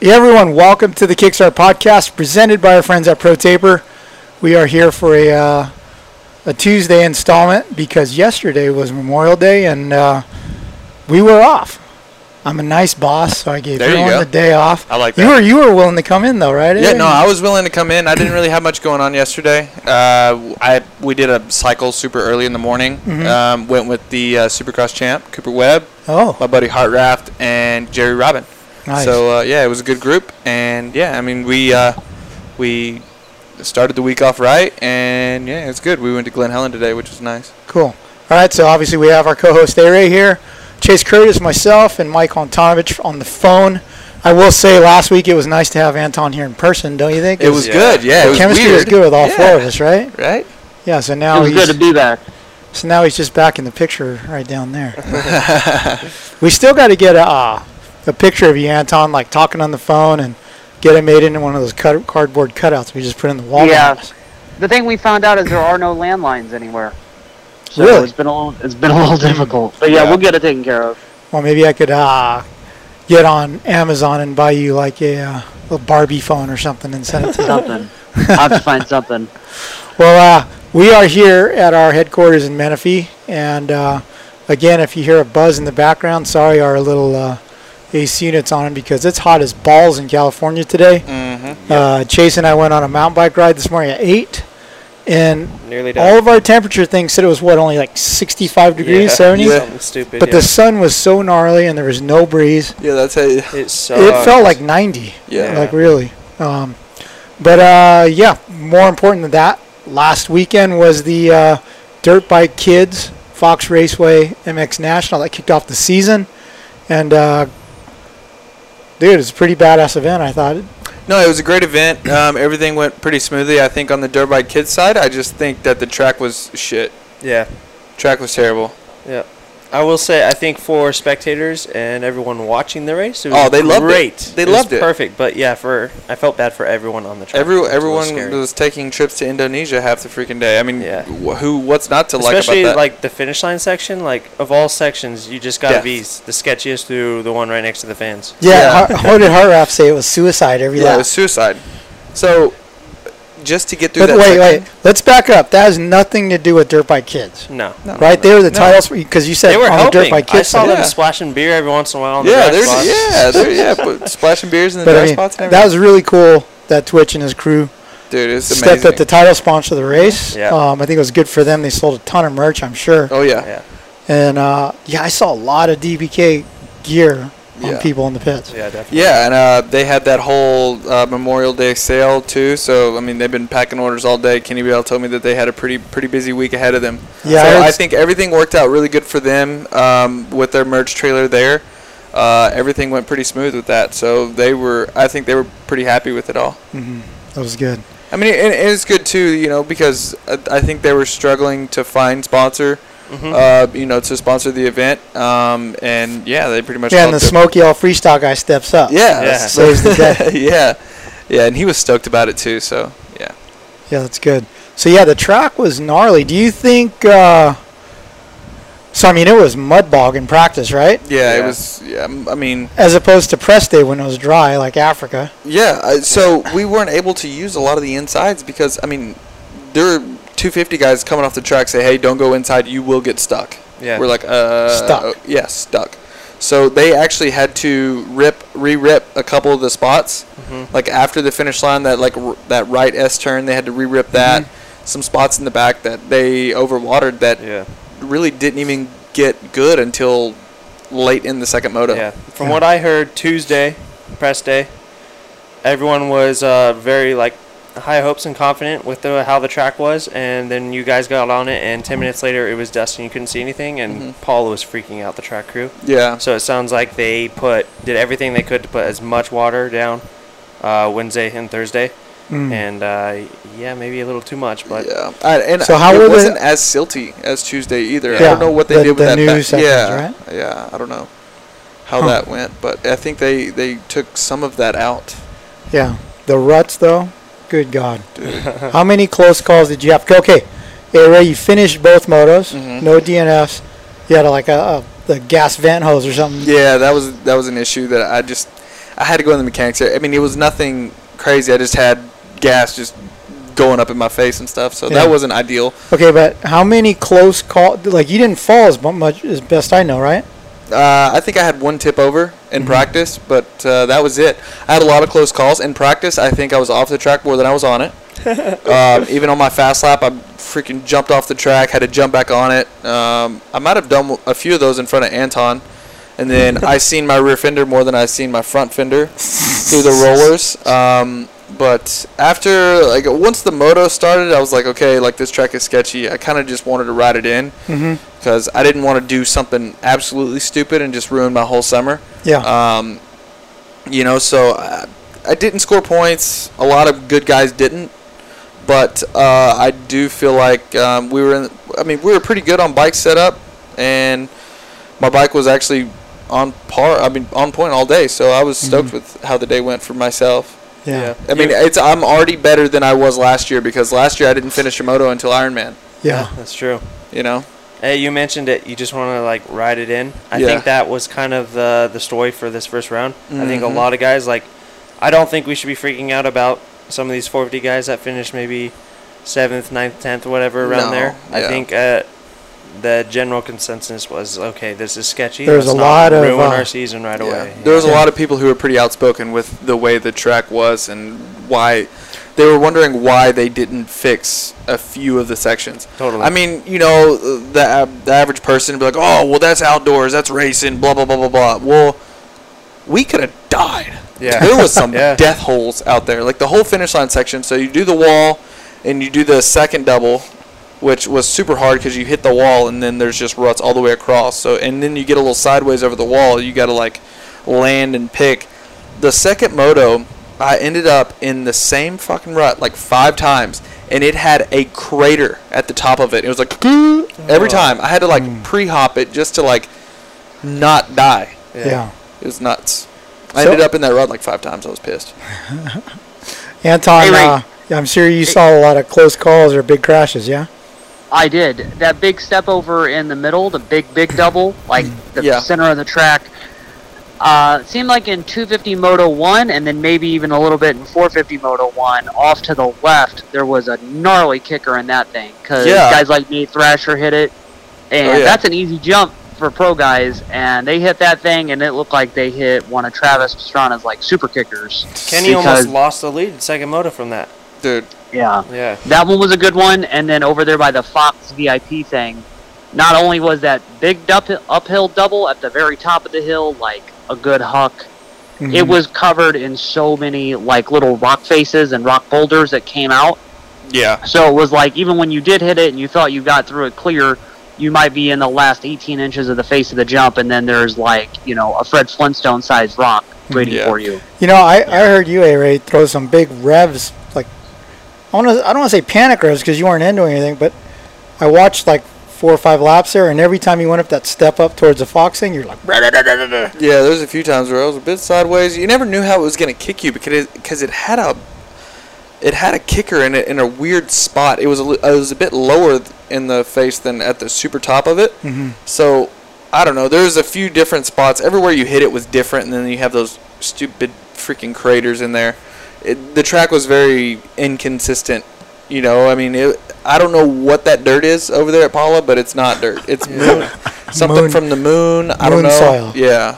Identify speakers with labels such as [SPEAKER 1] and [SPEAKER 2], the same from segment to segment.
[SPEAKER 1] Hey everyone, welcome to the Kickstart Podcast presented by our friends at ProTaper. We are here for a uh, a Tuesday installment because yesterday was Memorial Day and uh, we were off. I'm a nice boss, so I gave
[SPEAKER 2] There you
[SPEAKER 1] everyone
[SPEAKER 2] go.
[SPEAKER 1] the day off.
[SPEAKER 2] I like
[SPEAKER 1] You
[SPEAKER 2] that.
[SPEAKER 1] were you were willing to come in though, right?
[SPEAKER 2] Yeah, no,
[SPEAKER 1] Aaron?
[SPEAKER 2] I was willing to come in. I didn't really have much going on yesterday. Uh, I we did a cycle super early in the morning.
[SPEAKER 1] Mm-hmm.
[SPEAKER 2] Um, went with the uh, Supercross champ Cooper Webb, my
[SPEAKER 1] Oh,
[SPEAKER 2] buddy Hart Raft, and Jerry Robin.
[SPEAKER 1] Nice.
[SPEAKER 2] So uh, yeah, it was a good group, and yeah, I mean we uh, we started the week off right, and yeah, it's good. We went to Glen Helen today, which was nice.
[SPEAKER 1] cool. All right, so obviously we have our co-host A Ray here, Chase Curtis, myself, and Mike Antonovich on the phone. I will say, last week it was nice to have Anton here in person, don't you think?
[SPEAKER 2] It was good. Yeah, it
[SPEAKER 1] the
[SPEAKER 2] was
[SPEAKER 1] chemistry was
[SPEAKER 2] weird.
[SPEAKER 1] good with all
[SPEAKER 2] Yeah.
[SPEAKER 1] four of us, right?
[SPEAKER 2] Right?
[SPEAKER 1] Yeah. So
[SPEAKER 3] It
[SPEAKER 1] now
[SPEAKER 3] was
[SPEAKER 1] he's
[SPEAKER 3] good to be back.
[SPEAKER 1] So now he's just back in the picture right down there. we still got to get a, uh, a picture of you, Anton, like talking on the phone and get it made into one of those cut- cardboard cutouts we just put in the wall.
[SPEAKER 3] Yeah.
[SPEAKER 1] behind us.
[SPEAKER 3] The thing we found out is there are no landlines anywhere. So
[SPEAKER 1] Really?
[SPEAKER 3] it's been a little, it's been a little difficult. But yeah,
[SPEAKER 2] Yeah.
[SPEAKER 3] we'll get it taken care of.
[SPEAKER 1] Well, maybe I could uh, get on Amazon and buy you like a uh, little Barbie phone or something and send it to you.
[SPEAKER 3] Something. I'll have to find something.
[SPEAKER 1] Well, uh, we are here at our headquarters in Menifee, and uh, again, if you hear a buzz in the background, sorry, our little uh, AC unit's on because it's hot as balls in California today.
[SPEAKER 4] Mm,
[SPEAKER 1] Mm-hmm. Uh, Chase and I went on a mountain bike ride this morning at eight, and
[SPEAKER 4] Nearly done.
[SPEAKER 1] all of our temperature things said it was what only like 65 degrees,
[SPEAKER 4] yeah,
[SPEAKER 1] 70.
[SPEAKER 4] Something stupid.
[SPEAKER 1] But
[SPEAKER 4] yeah.
[SPEAKER 1] the sun was so gnarly, and there was no breeze.
[SPEAKER 2] Yeah, that's how. You,
[SPEAKER 4] it
[SPEAKER 1] It
[SPEAKER 4] sucked.
[SPEAKER 1] felt like 90.
[SPEAKER 2] uh, Yeah.
[SPEAKER 1] Like really. Um, but uh, yeah, more important than that, last weekend was the uh, Dirt Bike Kids Fox Raceway MX National that kicked off the season, and uh, dude, it's a pretty badass event. I thought.
[SPEAKER 2] No, it was a great event. Um, everything went pretty smoothly. I think on the dirt bike kids side, I just think that the track was shit.
[SPEAKER 4] yeah,
[SPEAKER 2] Track was terrible.
[SPEAKER 4] yeah. I will say, I think for spectators and everyone watching the race, it was
[SPEAKER 2] Oh, they loved it.
[SPEAKER 4] great.
[SPEAKER 2] They
[SPEAKER 4] was
[SPEAKER 2] loved it.
[SPEAKER 4] Perfect. But yeah, for I felt bad for everyone on the track.
[SPEAKER 2] Every,
[SPEAKER 4] It was a little
[SPEAKER 2] everyone
[SPEAKER 4] scary.
[SPEAKER 2] was taking trips to Indonesia half the freaking day. I mean,
[SPEAKER 4] Yeah.
[SPEAKER 2] wh- who? What's not to like
[SPEAKER 4] especially
[SPEAKER 2] about that?
[SPEAKER 4] like the finish line section. Like of all sections, you just gotta
[SPEAKER 2] Death.
[SPEAKER 4] be s- the sketchiest through the one right next to the fans.
[SPEAKER 2] Yeah.
[SPEAKER 1] Yeah. Har- what did Harraf say? It was suicide every
[SPEAKER 2] yeah,
[SPEAKER 1] lap.
[SPEAKER 2] it was suicide. So, just to get through
[SPEAKER 1] but
[SPEAKER 2] that.
[SPEAKER 1] wait,
[SPEAKER 2] section-
[SPEAKER 1] wait. Let's back up. That has nothing to do with Dirt Bike Kids,
[SPEAKER 4] No.
[SPEAKER 2] No,
[SPEAKER 1] right? They were the
[SPEAKER 2] no.
[SPEAKER 1] titles because you said
[SPEAKER 4] They were
[SPEAKER 1] on the
[SPEAKER 4] helping.
[SPEAKER 1] Dirt Bike
[SPEAKER 4] I
[SPEAKER 1] Kids.
[SPEAKER 4] saw
[SPEAKER 1] side.
[SPEAKER 2] Yeah.
[SPEAKER 4] them splashing beer every once in a while. On
[SPEAKER 2] Yeah,
[SPEAKER 4] the
[SPEAKER 2] there's
[SPEAKER 4] box.
[SPEAKER 2] yeah, there, yeah, but splashing beers in the
[SPEAKER 1] But I
[SPEAKER 2] dry
[SPEAKER 1] mean,
[SPEAKER 2] spots and
[SPEAKER 1] that
[SPEAKER 2] everything.
[SPEAKER 1] was really cool that Twitch and his crew
[SPEAKER 2] dude, it's amazing.
[SPEAKER 1] stepped up the title sponsor of the race.
[SPEAKER 4] Yeah.
[SPEAKER 1] Um, I think it was good for them. They sold a ton of merch, I'm sure.
[SPEAKER 2] oh yeah.
[SPEAKER 4] Yeah.
[SPEAKER 1] And uh, yeah, I saw a lot of DBK gear on
[SPEAKER 2] Yeah.
[SPEAKER 1] people in the pits.
[SPEAKER 4] Yeah, definitely.
[SPEAKER 2] Yeah, and uh, they had that whole uh, Memorial Day sale too. So I mean, they've been packing orders all day. Kenny Bell told me that they had a pretty pretty busy week ahead of them.
[SPEAKER 1] Yeah, I
[SPEAKER 2] so
[SPEAKER 1] heard
[SPEAKER 2] I,
[SPEAKER 1] s-
[SPEAKER 2] think everything worked out really good for them um, with their merch trailer there. Uh, everything went pretty smooth with that. So they were, I think they were pretty happy with it all.
[SPEAKER 1] That was good.
[SPEAKER 2] I mean, and, and it's good too, you know, because I, I think they were struggling to find sponsor.
[SPEAKER 1] Mm-hmm.
[SPEAKER 2] Uh, you know, to sponsor the event, um, and yeah, they pretty much
[SPEAKER 1] Yeah, and the
[SPEAKER 2] helped it.
[SPEAKER 1] Smokey All Freestyle guy steps up.
[SPEAKER 2] Yeah.
[SPEAKER 4] Yeah.
[SPEAKER 1] Saves the day.
[SPEAKER 2] yeah. Yeah, and he was stoked about it too, so yeah.
[SPEAKER 1] Yeah, that's good. So yeah, the track was gnarly. Do you think? Uh, so I mean, it was mud bog in practice, right?
[SPEAKER 2] Yeah, it
[SPEAKER 4] Yeah.
[SPEAKER 2] was yeah, m- I mean,
[SPEAKER 1] As opposed to press day when it was dry, like Africa.
[SPEAKER 2] yeah, I, so we weren't able to use a lot of the insides because I mean, there are 250 guys coming off the track say, "Hey, don't go inside, you will get stuck."
[SPEAKER 4] Yeah.
[SPEAKER 2] We're like, "Uh
[SPEAKER 1] Stuck.
[SPEAKER 2] oh, yeah, stuck. So they actually had to rip re-rip a couple of the spots. Like after the finish line that like r- that right S turn, they had to re-rip that. Some spots in the back that they overwatered that
[SPEAKER 4] Yeah.
[SPEAKER 2] really didn't even get good until late in the second moto.
[SPEAKER 4] Yeah. uh, From what I heard, Tuesday, press day, everyone was uh, very like high hopes and confident with the, how the track was, and then you guys got on it, and ten minutes later it was dust and you couldn't see anything, and Paul was freaking out the track crew.
[SPEAKER 2] Yeah.
[SPEAKER 4] So it sounds like they put did everything they could to put as much water down uh, Wednesday and Thursday,
[SPEAKER 1] Mm.
[SPEAKER 4] and uh, yeah, maybe a little too much, but
[SPEAKER 2] yeah, I, and
[SPEAKER 1] So how
[SPEAKER 2] it
[SPEAKER 1] were the-
[SPEAKER 2] wasn't as silty as Tuesday either. I
[SPEAKER 1] Yeah,
[SPEAKER 2] don't know what they
[SPEAKER 1] the-
[SPEAKER 2] did with
[SPEAKER 1] the
[SPEAKER 2] that.
[SPEAKER 1] new
[SPEAKER 2] back-
[SPEAKER 1] sections,
[SPEAKER 2] yeah,
[SPEAKER 1] right?
[SPEAKER 2] yeah, I don't know how
[SPEAKER 1] Huh.
[SPEAKER 2] that went, but I think they they took some of that out.
[SPEAKER 1] Yeah. The ruts, though, good God. How many close calls did you have? Okay. Hey, Ray, you finished both motos,
[SPEAKER 2] Mhm.
[SPEAKER 1] no DNFs. You had like a, a the gas vent hose or something.
[SPEAKER 2] Yeah, that was that was an issue that I just I had to go in the mechanics. area. I mean, it was nothing crazy. I just had gas just going up in my face and stuff, so
[SPEAKER 1] Yeah.
[SPEAKER 2] that wasn't ideal.
[SPEAKER 1] Okay, but how many close call? Like you didn't fall as bu- much as best I know, right?
[SPEAKER 2] Uh, I think I had one tip over in
[SPEAKER 1] Mhm.
[SPEAKER 2] practice, but uh, that was it. I had a lot of close calls in practice. I think I was off the track more than I was on it. um, even on my fast lap, I freaking jumped off the track, had to jump back on it. Um, I might have done a few of those in front of Anton, and then I seen my rear fender more than I seen my front fender through the rollers. Um, but after like once the moto started, I was like, okay, like this track is sketchy. I kind of just wanted to ride it in
[SPEAKER 1] Mm-hmm.
[SPEAKER 2] because I didn't want to do something absolutely stupid and just ruin my whole summer.
[SPEAKER 1] Yeah.
[SPEAKER 2] Um, you know, so I, I didn't score points. A lot of good guys didn't, but uh, I do feel like um, we were. In, I mean, we were pretty good on bike setup, and my bike was actually on par. I mean, on point all day. So I was stoked
[SPEAKER 1] Mhm.
[SPEAKER 2] with how the day went for myself.
[SPEAKER 1] yeah.
[SPEAKER 2] I mean, it's I'm already better than I was last year because last year I didn't finish a moto until Ironman.
[SPEAKER 1] Yeah.
[SPEAKER 4] that's true.
[SPEAKER 2] You know.
[SPEAKER 4] Hey, you mentioned it. You just want to like ride it in. I
[SPEAKER 2] Yeah.
[SPEAKER 4] think that was kind of the the story for this first round. I think a
[SPEAKER 2] Mhm.
[SPEAKER 4] lot of guys like. I don't think we should be freaking out about some of these 450 guys that finished maybe seventh, ninth, tenth, whatever
[SPEAKER 2] No,
[SPEAKER 4] around there. I
[SPEAKER 2] yeah.
[SPEAKER 4] think uh, the general consensus was okay. This is sketchy.
[SPEAKER 1] There's
[SPEAKER 4] Let's
[SPEAKER 1] a
[SPEAKER 4] not
[SPEAKER 1] lot of,
[SPEAKER 4] ruin
[SPEAKER 1] uh,
[SPEAKER 4] our season right away.
[SPEAKER 2] There was a
[SPEAKER 1] Yeah.
[SPEAKER 2] lot of people who were pretty outspoken with the way the track was and why they were wondering why they didn't fix a few of the sections.
[SPEAKER 4] Totally.
[SPEAKER 2] I mean, you know, the, a- the average person would be like, "Oh, well, that's outdoors, that's racing, blah blah blah blah blah." Well, we could have died.
[SPEAKER 4] Yeah.
[SPEAKER 2] there was some
[SPEAKER 4] Yeah.
[SPEAKER 2] death holes out there, like the whole finish line section. So you do the wall, and you do the second double, which was super hard because you hit the wall and then there's just ruts all the way across. So and then you get a little sideways over the wall. You got to like land and pick. The second moto, I ended up in the same fucking rut like five times, and it had a crater at the top of it. It was like every time. I had to like
[SPEAKER 1] Hmm.
[SPEAKER 2] pre-hop it just to like not die.
[SPEAKER 1] Yeah.
[SPEAKER 2] It was nuts. I
[SPEAKER 1] So-
[SPEAKER 2] ended up in that rut like five times. I was pissed.
[SPEAKER 1] Anton,
[SPEAKER 2] Hey, Ray.
[SPEAKER 1] uh, I'm sure you saw a lot of close calls or big crashes. Yeah.
[SPEAKER 3] I did. That big step over in the middle, the big, big double, like the
[SPEAKER 2] Yeah.
[SPEAKER 3] center of the track. Uh, seemed like in 250 Moto 1, and then maybe even a little bit in 450 Moto 1, off to the left, there was a gnarly kicker in that thing. Because
[SPEAKER 2] Yeah.
[SPEAKER 3] guys like me, Thrasher, hit it. And
[SPEAKER 2] Oh, yeah.
[SPEAKER 3] that's an easy jump for pro guys. And they hit that thing, and it looked like they hit one of Travis Pastrana's, like, super kickers.
[SPEAKER 4] Kenny
[SPEAKER 3] because-
[SPEAKER 4] almost lost the lead in second moto from that.
[SPEAKER 2] Dude,
[SPEAKER 3] Yeah.
[SPEAKER 4] Yeah.
[SPEAKER 3] That one was a good one, and then over there by the Fox VIP thing, not only was that big dup- uphill double at the very top of the hill, like a good huck, it
[SPEAKER 1] Mhm.
[SPEAKER 3] was covered in so many like little rock faces and rock boulders that came out.
[SPEAKER 2] yeah,
[SPEAKER 3] So it was like even when you did hit it and you thought you got through it clear, you might be in the last 18 inches of the face of the jump, and then there's like you know a Fred Flintstone sized rock waiting
[SPEAKER 2] Yeah.
[SPEAKER 3] for you.
[SPEAKER 1] You know, I, I heard you, A Ray, throw some big revs. Like, I want to I don't want to say panic revs because you weren't into anything, but I watched like four or five laps there, and every time you went up that step up towards the fox thing, you're like,
[SPEAKER 2] yeah. There's a few times where I was a bit sideways. You never knew how it was gonna kick you because it, cause it had a it had a kicker in it in a weird spot. It was a, li- it was a bit lower th- in the face than at the super top of it.
[SPEAKER 1] Mhm.
[SPEAKER 2] So I don't know. There's a few different spots. Everywhere you hit it was different, and then you have those stupid freaking craters in there. It, the track was very inconsistent. You know, I mean, it, I don't know what that dirt is over there at Paula, but it's not dirt. It's moon, something
[SPEAKER 1] Moon-
[SPEAKER 2] from the moon. I don't
[SPEAKER 1] moon
[SPEAKER 2] know.
[SPEAKER 1] soil.
[SPEAKER 2] Yeah.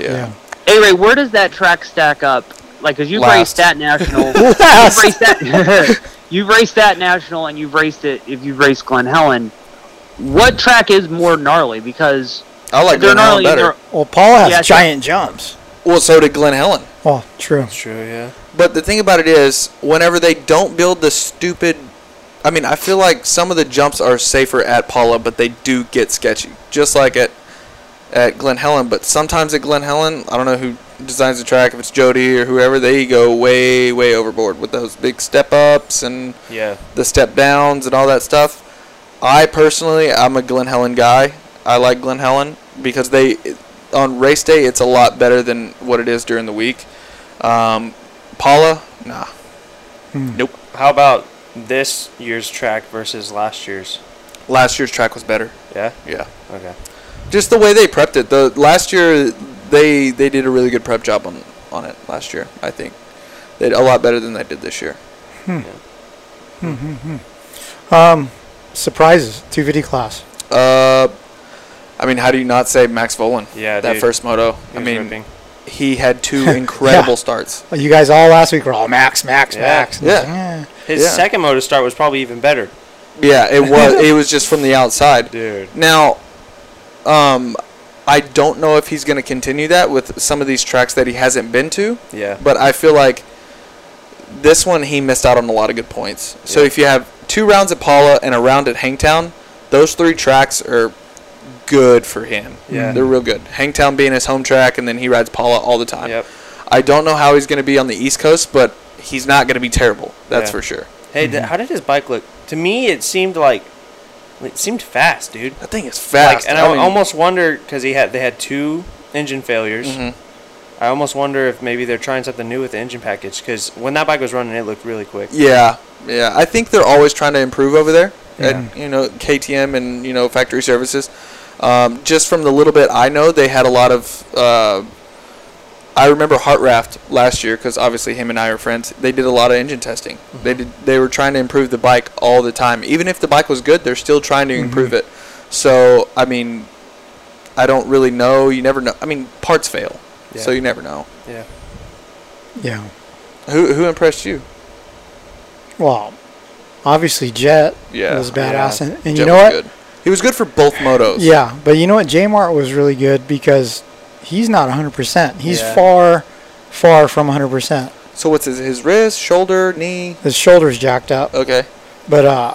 [SPEAKER 1] yeah.
[SPEAKER 2] Yeah.
[SPEAKER 3] Anyway, where does that track stack up? Like, cause you've
[SPEAKER 2] Last.
[SPEAKER 3] raced that national.
[SPEAKER 1] Last.
[SPEAKER 3] You've raced that. you've raced that national, and you've raced it. If you've raced Glen Helen, what track is more gnarly? Because
[SPEAKER 2] I like
[SPEAKER 3] they're
[SPEAKER 2] Glen Helen
[SPEAKER 3] gnarly.
[SPEAKER 2] better.
[SPEAKER 3] they're-
[SPEAKER 1] Well, Paula has
[SPEAKER 3] Yeah, so-
[SPEAKER 1] giant jumps.
[SPEAKER 2] Well, so did Glen Helen.
[SPEAKER 1] Well, true.
[SPEAKER 4] That's true. Yeah.
[SPEAKER 2] But the thing about it is, whenever they don't build the stupid, I mean, I feel like some of the jumps are safer at Paula, but they do get sketchy. Just like at at Glen Helen, but sometimes at Glen Helen, I don't know who designs the track, if it's Jody or whoever, they go way, way overboard with those big step ups and
[SPEAKER 4] Yeah.
[SPEAKER 2] the step downs and all that stuff. I personally, I'm a Glen Helen guy. I like Glen Helen because they, on race day, it's a lot better than what it is during the week. Um, Paula, nah, nope.
[SPEAKER 4] How about this year's track versus last year's?
[SPEAKER 2] Last year's track was better.
[SPEAKER 4] Yeah.
[SPEAKER 2] Yeah,
[SPEAKER 4] Okay.
[SPEAKER 2] just the way they prepped it. The last year, they they did a really good prep job on on it last year. I think they did a lot better than they did this year.
[SPEAKER 1] Surprises, 250 class.
[SPEAKER 2] Uh, I mean, how do you not say Max Volan?
[SPEAKER 4] Yeah,
[SPEAKER 2] that
[SPEAKER 4] dude.
[SPEAKER 2] first moto. I
[SPEAKER 4] He's
[SPEAKER 2] mean,
[SPEAKER 4] ripping.
[SPEAKER 2] he had two incredible
[SPEAKER 1] Yeah.
[SPEAKER 2] starts.
[SPEAKER 1] Well, You guys all last week were all Max, Max,
[SPEAKER 4] Yeah.
[SPEAKER 1] Max. eh.
[SPEAKER 2] Yeah.
[SPEAKER 1] Yeah.
[SPEAKER 4] his
[SPEAKER 2] yeah.
[SPEAKER 4] second moto start was probably even better.
[SPEAKER 2] Yeah, it was. it was just from the outside.
[SPEAKER 4] Dude.
[SPEAKER 2] Now, um, I don't know if he's going to continue that with some of these tracks that he hasn't been to,
[SPEAKER 4] Yeah.
[SPEAKER 2] but I feel like this one he missed out on a lot of good points. So
[SPEAKER 4] Yeah.
[SPEAKER 2] if you have two rounds at Paula and a round at Hangtown, those three tracks are good for him.
[SPEAKER 4] Yeah.
[SPEAKER 2] they're real good. Hangtown being his home track, and then he rides Paula all the time.
[SPEAKER 4] Yep.
[SPEAKER 2] I don't know how he's going to be on the East Coast, but he's not going to be terrible. That's
[SPEAKER 4] Yeah.
[SPEAKER 2] for sure.
[SPEAKER 4] Hey, th- how did his bike look? To me, it seemed like it seemed fast, dude.
[SPEAKER 2] That thing is fast.
[SPEAKER 4] Like, and I,
[SPEAKER 2] mean-
[SPEAKER 4] almost wonder because he had they had two engine failures.
[SPEAKER 2] Mhm.
[SPEAKER 4] I almost wonder if maybe they're trying something new with the engine package because when that bike was running, it looked really quick.
[SPEAKER 2] Yeah, yeah. I think they're always trying to improve over there at you know KTM and you know factory services. Um, just from the little bit I know, they had a lot of. Uh, I remember Hartraft last year because obviously him and I are friends. They did a lot of engine testing.
[SPEAKER 1] Mm-hmm.
[SPEAKER 2] They did. They were trying to improve the bike all the time. Even if the bike was good, they're still trying to improve it.
[SPEAKER 1] Mm-hmm.
[SPEAKER 2] So I mean, I don't really know. You never know. I mean, parts fail,
[SPEAKER 4] Yeah.
[SPEAKER 2] so you never know.
[SPEAKER 4] Yeah.
[SPEAKER 1] Yeah.
[SPEAKER 2] Who who impressed you?
[SPEAKER 1] Well, obviously Jet
[SPEAKER 2] Yeah,
[SPEAKER 1] was
[SPEAKER 2] yeah.
[SPEAKER 1] badass. And, and you
[SPEAKER 2] Jet
[SPEAKER 1] know
[SPEAKER 2] was
[SPEAKER 1] what?
[SPEAKER 2] Good. He was good for both motos.
[SPEAKER 1] Yeah, but you know what? J Mart was really good because he's not 100%. He's
[SPEAKER 4] Yeah.
[SPEAKER 1] far, far from 100%.
[SPEAKER 2] So what's his his wrist, shoulder, knee?
[SPEAKER 1] His shoulder's jacked up,
[SPEAKER 2] Okay.
[SPEAKER 1] but uh,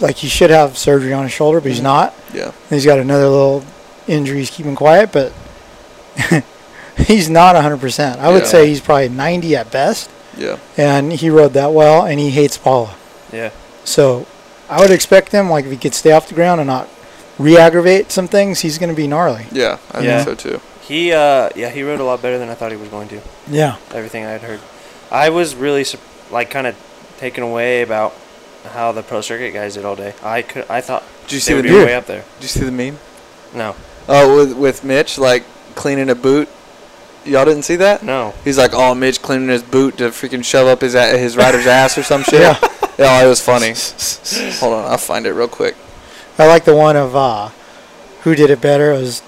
[SPEAKER 1] like he should have surgery on his shoulder,
[SPEAKER 2] Mm-hmm.
[SPEAKER 1] but he's not.
[SPEAKER 2] Yeah.
[SPEAKER 1] And he's got another little injury he's keeping quiet, but he's not 100%. I would
[SPEAKER 2] Yeah.
[SPEAKER 1] say he's probably 90 at best,
[SPEAKER 2] Yeah.
[SPEAKER 1] and he rode that well, and he hates Paula.
[SPEAKER 4] Yeah.
[SPEAKER 1] So I would expect him, like, if he could stay off the ground and not re aggravate some things, he's going to be gnarly.
[SPEAKER 2] Yeah. I
[SPEAKER 4] Yeah.
[SPEAKER 2] think so too.
[SPEAKER 4] He uh yeah he rode a lot better than I thought he was going to.
[SPEAKER 1] Yeah.
[SPEAKER 4] Everything I had heard, I was really sup- like kind of taken away about how the pro circuit guys did all day. I could I thought
[SPEAKER 2] Did you
[SPEAKER 4] they
[SPEAKER 2] see
[SPEAKER 4] would
[SPEAKER 2] the
[SPEAKER 4] be
[SPEAKER 1] dude?
[SPEAKER 4] way up there.
[SPEAKER 2] Did you see the meme?
[SPEAKER 4] No.
[SPEAKER 2] Oh, with with Mitch like cleaning a boot. Y'all didn't see that?
[SPEAKER 4] No.
[SPEAKER 2] He's like, oh, Mitch cleaning his boot to freaking shove up his a- his rider's ass or some shit.
[SPEAKER 1] Yeah.
[SPEAKER 2] Yeah, it was funny. Hold on, I'll find it real quick.
[SPEAKER 1] I like the one of uh, who did it better. It was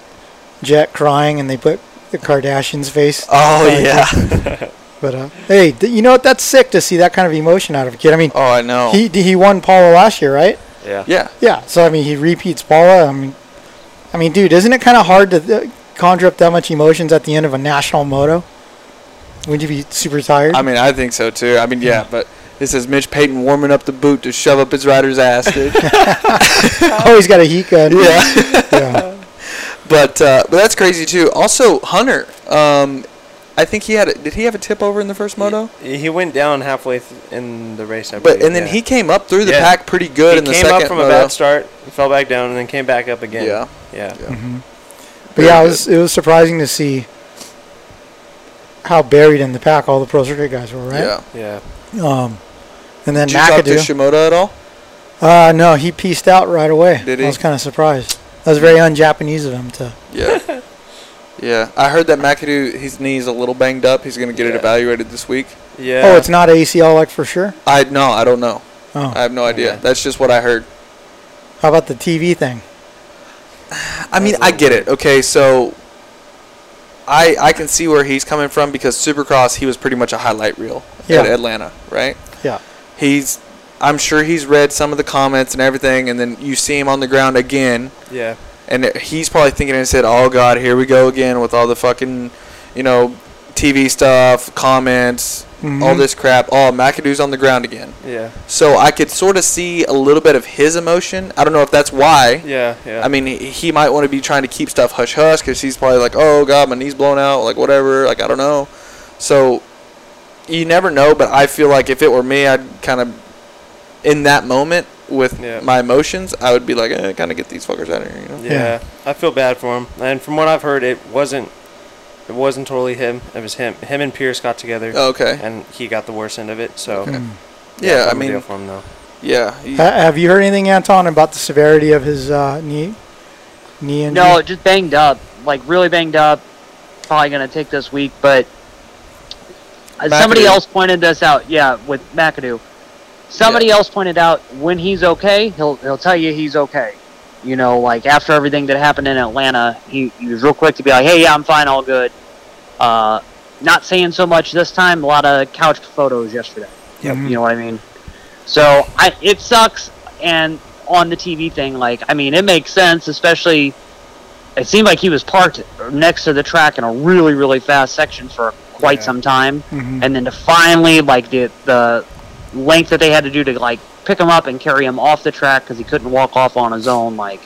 [SPEAKER 1] Jet crying, and they put the Kardashians' face.
[SPEAKER 2] Oh
[SPEAKER 1] Sorry.
[SPEAKER 2] yeah.
[SPEAKER 1] But uh, hey, th- you know what? That's sick to see that kind of emotion out of a kid. I mean,
[SPEAKER 2] Oh, I know.
[SPEAKER 1] he he won Paula last year, right?
[SPEAKER 4] Yeah.
[SPEAKER 2] yeah.
[SPEAKER 1] Yeah. So I mean, he repeats Paula. I mean, I mean, dude, isn't it kind of hard to th- conjure up that much emotions at the end of a national moto? Would you be super tired?
[SPEAKER 2] I mean, I think so too. I mean, yeah, but it says Mitch Payton warming up the boot to shove up his rider's ass, dude.
[SPEAKER 1] oh, he's got a heat gun.
[SPEAKER 2] yeah.
[SPEAKER 1] yeah.
[SPEAKER 2] But uh, but that's crazy too. Also, Hunter, um, I think he had a, did he have a tip over in the first moto?
[SPEAKER 4] He, he went down halfway th- in the race. I
[SPEAKER 2] But
[SPEAKER 4] believe,
[SPEAKER 2] and then
[SPEAKER 4] yeah.
[SPEAKER 2] he came up through the
[SPEAKER 4] Yeah.
[SPEAKER 2] pack pretty good
[SPEAKER 4] he
[SPEAKER 2] in the
[SPEAKER 4] came
[SPEAKER 2] second
[SPEAKER 4] up from
[SPEAKER 2] moto.
[SPEAKER 4] a bad start, fell back down, and then came back up again.
[SPEAKER 2] Yeah.
[SPEAKER 4] Yeah.
[SPEAKER 2] Yeah.
[SPEAKER 1] But
[SPEAKER 2] Very
[SPEAKER 1] yeah, it
[SPEAKER 2] good.
[SPEAKER 1] was it was surprising to see how buried in the pack all the pro circuit guys were, right?
[SPEAKER 2] Yeah.
[SPEAKER 4] Yeah.
[SPEAKER 1] Um, and then
[SPEAKER 2] Did you talk to
[SPEAKER 1] McAdoo.
[SPEAKER 2] Shimoda at all?
[SPEAKER 1] Uh, no, he pieced out right away.
[SPEAKER 2] Did
[SPEAKER 1] I
[SPEAKER 2] he?
[SPEAKER 1] was kind of surprised. That was very un-Japanese of him to.
[SPEAKER 2] Yeah. yeah. I heard that McAdoo his knee's a little banged up. He's gonna get it
[SPEAKER 4] Yeah.
[SPEAKER 2] evaluated this week.
[SPEAKER 4] Yeah.
[SPEAKER 1] Oh, it's not ACL like for sure.
[SPEAKER 2] I no, I don't know.
[SPEAKER 1] Oh,
[SPEAKER 2] I have no idea.
[SPEAKER 4] Okay.
[SPEAKER 2] That's just what I heard.
[SPEAKER 1] how about the TV thing?
[SPEAKER 2] I mean, I get it. Okay, so I I can see where he's coming from because Supercross he was pretty much a highlight reel
[SPEAKER 1] Yeah.
[SPEAKER 2] at Atlanta, right?
[SPEAKER 1] Yeah,
[SPEAKER 2] he's I'm sure he's read some of the comments and everything, and then you see him on the ground again,
[SPEAKER 4] yeah.
[SPEAKER 2] and he's probably thinking and said, "Oh God, here we go again with all the fucking, you know, TV stuff, comments, all this crap. Oh, McAdoo's on the ground again.
[SPEAKER 4] Yeah.
[SPEAKER 2] So I could sort of see a little bit of his emotion. I don't know if that's why.
[SPEAKER 4] Yeah. Yeah.
[SPEAKER 2] I mean, he- he might want to be trying to keep stuff hush hush because he's probably like, oh god, my knee's blown out, like whatever, like I don't know. So you never know, but I feel like if it were me, I'd kind of in that moment with
[SPEAKER 4] Yeah.
[SPEAKER 2] my emotions, I would be like, eh, kind of get these fuckers out of here, you know?
[SPEAKER 4] yeah. I feel bad for him. And from what I've heard, it wasn't. It wasn't totally him. It was him. Him and Pierce got together,
[SPEAKER 2] Oh, okay.
[SPEAKER 4] and he got the worst end of it. So.
[SPEAKER 2] Yeah, I
[SPEAKER 4] I'm a deal
[SPEAKER 2] mean,
[SPEAKER 4] for him though.
[SPEAKER 2] yeah. he-
[SPEAKER 1] Ha- have you heard anything, Anton, about the severity of his uh, knee? Knee injury?
[SPEAKER 3] No, just banged up, like really banged up. Probably gonna take this week, but uh, somebody
[SPEAKER 2] McAdoo.
[SPEAKER 3] else pointed this out. Yeah, with McAdoo, somebody else pointed out when he's okay, he'll he'll tell you he's okay. You know, like after everything that happened in Atlanta, he, he was real quick to be like, "Hey, yeah, I'm fine, all good." Uh, not saying so much this time. A lot of couch photos yesterday.
[SPEAKER 1] Yep.
[SPEAKER 3] You know what I mean? So I, it sucks. And on the TV thing, like I mean, it makes sense, especially. It seemed like he was parked next to the track in a really, really fast section for quite
[SPEAKER 4] Yeah.
[SPEAKER 3] some time,
[SPEAKER 1] Mhm.
[SPEAKER 3] and then to finally, like the the length that they had to do to like pick him up and carry him off the track because he couldn't walk off on his own, like.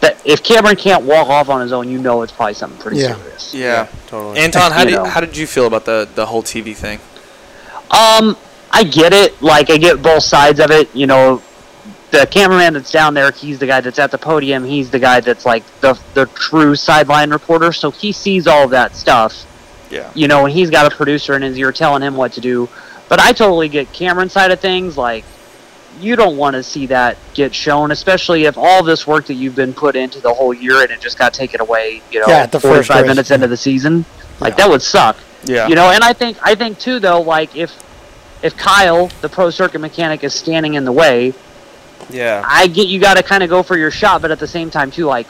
[SPEAKER 3] That if Cameron can't walk off on his own, you know it's probably something pretty
[SPEAKER 1] Yeah.
[SPEAKER 3] serious.
[SPEAKER 2] yeah.
[SPEAKER 4] Totally.
[SPEAKER 2] Anton, how
[SPEAKER 3] You
[SPEAKER 2] do you,
[SPEAKER 3] know.
[SPEAKER 2] how did you feel about the the whole TV thing?
[SPEAKER 3] Um, I get it. Like, I get both sides of it. You know, the cameraman that's down there, he's the guy that's at the podium. He's the guy that's like the the true sideline reporter, so he sees all that stuff.
[SPEAKER 2] Yeah.
[SPEAKER 3] You know, and he's got a producer in his ear telling him what to do. But I totally get Cameron's side of things. Like, you don't want to see that get shown, especially if all this work that you've been put into the whole year and it just got taken away. You know,
[SPEAKER 1] Yeah, at the first
[SPEAKER 3] 45
[SPEAKER 1] race.
[SPEAKER 3] minutes into the season. Like,
[SPEAKER 1] Yeah.
[SPEAKER 3] that would suck.
[SPEAKER 2] Yeah.
[SPEAKER 3] You know, and I think I think too though, like if if Kyle, the pro circuit mechanic, is standing in the way,
[SPEAKER 4] Yeah.
[SPEAKER 3] I get you got to kind of go for your shot, but at the same time too, like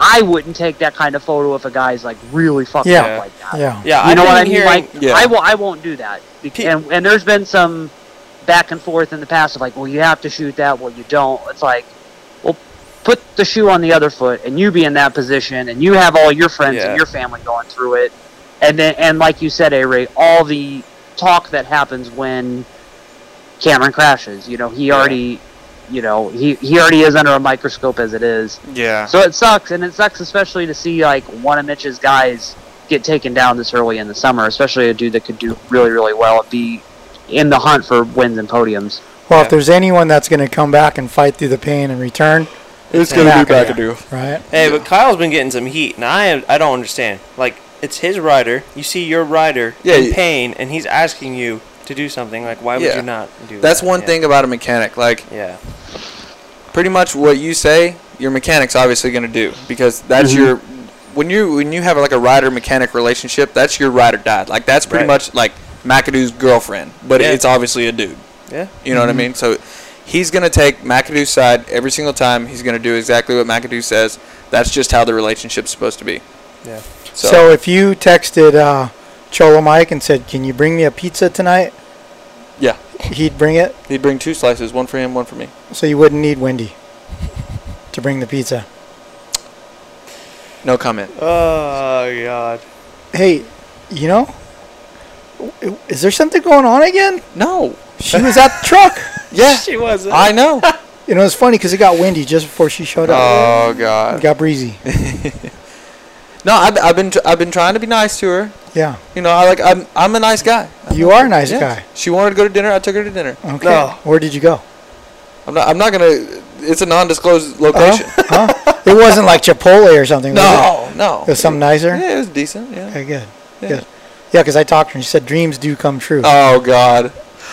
[SPEAKER 3] I wouldn't take that kind of photo if a guy's like really fucked
[SPEAKER 1] Yeah.
[SPEAKER 3] up like that.
[SPEAKER 1] Yeah.
[SPEAKER 4] Yeah.
[SPEAKER 3] You
[SPEAKER 4] I've
[SPEAKER 3] know what I
[SPEAKER 4] been
[SPEAKER 3] mean?
[SPEAKER 4] hearing-
[SPEAKER 3] like
[SPEAKER 2] Yeah.
[SPEAKER 3] I will I won't do that. Be-
[SPEAKER 4] Pe-
[SPEAKER 3] and and there's been some back and forth in the past of like, well, you have to shoot that, well, you don't. It's like, well, put the shoe on the other foot, and you be in that position, and you have all your friends
[SPEAKER 4] Yeah.
[SPEAKER 3] and your family going through it, and then and like you said, A Ray, all the talk that happens when Cameron crashes. You know, he
[SPEAKER 4] Yeah.
[SPEAKER 3] already, you know, he he already is under a microscope as it is.
[SPEAKER 2] Yeah.
[SPEAKER 3] So it sucks, and it sucks especially to see like one of Mitch's guys get taken down this early in the summer, especially a dude that could do really, really well and be in the hunt for wins and podiums.
[SPEAKER 1] Well,
[SPEAKER 4] Yeah.
[SPEAKER 1] if there's anyone that's going to come back and fight through the pain and return,
[SPEAKER 2] It's
[SPEAKER 1] gonna be
[SPEAKER 2] McAdoo.
[SPEAKER 1] right?
[SPEAKER 4] Hey, but Kyle's been getting some heat, and I I don't understand. Like, it's his rider. You see your rider
[SPEAKER 2] Yeah,
[SPEAKER 4] in
[SPEAKER 2] you-
[SPEAKER 4] pain, and he's asking you to do something. Like, why would
[SPEAKER 2] Yeah.
[SPEAKER 4] you not do
[SPEAKER 2] That's
[SPEAKER 4] that?
[SPEAKER 2] one
[SPEAKER 4] Yeah.
[SPEAKER 2] thing about a mechanic. Like
[SPEAKER 4] Yeah.
[SPEAKER 2] pretty much what you say, your mechanic's obviously going to do because that's
[SPEAKER 4] Mm-hmm.
[SPEAKER 2] your when you when you have like a rider mechanic relationship, that's your ride or die. Like that's pretty
[SPEAKER 4] Right.
[SPEAKER 2] much like McAdoo's girlfriend, but
[SPEAKER 4] Yeah. Mm-hmm.
[SPEAKER 2] it's obviously a dude.
[SPEAKER 4] Yeah.
[SPEAKER 2] You know what I mean? So he's going to take McAdoo's side every single time. He's going to do exactly what McAdoo says. That's just how the relationship's supposed to be.
[SPEAKER 4] Yeah.
[SPEAKER 1] So,
[SPEAKER 2] So,
[SPEAKER 1] if you texted uh, Cholo Mike and said, "Can you bring me a pizza tonight?"
[SPEAKER 2] yeah,
[SPEAKER 1] He'd bring it,
[SPEAKER 2] he'd bring two slices, one for him, one for me.
[SPEAKER 1] so you wouldn't need Wendy to bring the pizza.
[SPEAKER 2] No comment.
[SPEAKER 4] Oh God.
[SPEAKER 1] Hey, you know, w- is there something going on again?
[SPEAKER 2] No.
[SPEAKER 1] She was at the truck.
[SPEAKER 2] Yeah.
[SPEAKER 4] She wasn't.
[SPEAKER 2] I know.
[SPEAKER 1] You know, it's funny because it got windy just before she showed up.
[SPEAKER 2] oh
[SPEAKER 1] it
[SPEAKER 2] god.
[SPEAKER 1] got breezy.
[SPEAKER 2] No, I've, I've been tr- I've been trying to be nice to her.
[SPEAKER 1] Yeah,
[SPEAKER 2] You know, I like I'm I'm a nice guy.
[SPEAKER 1] you are a nice
[SPEAKER 2] Yeah.
[SPEAKER 1] guy.
[SPEAKER 2] She wanted to go to dinner. I took her to dinner.
[SPEAKER 1] Okay,
[SPEAKER 4] No.
[SPEAKER 1] where did you go?
[SPEAKER 2] I'm not I'm not gonna. It's a non-disclosed location.
[SPEAKER 1] Oh? Huh? it wasn't like Chipotle or something. was
[SPEAKER 2] no, no.
[SPEAKER 1] it? it was something nicer.
[SPEAKER 2] Yeah, it was decent. Yeah.
[SPEAKER 1] Okay, good,
[SPEAKER 2] Yeah.
[SPEAKER 1] good. Yeah, because I talked to her and she said dreams do come true.
[SPEAKER 2] Oh God,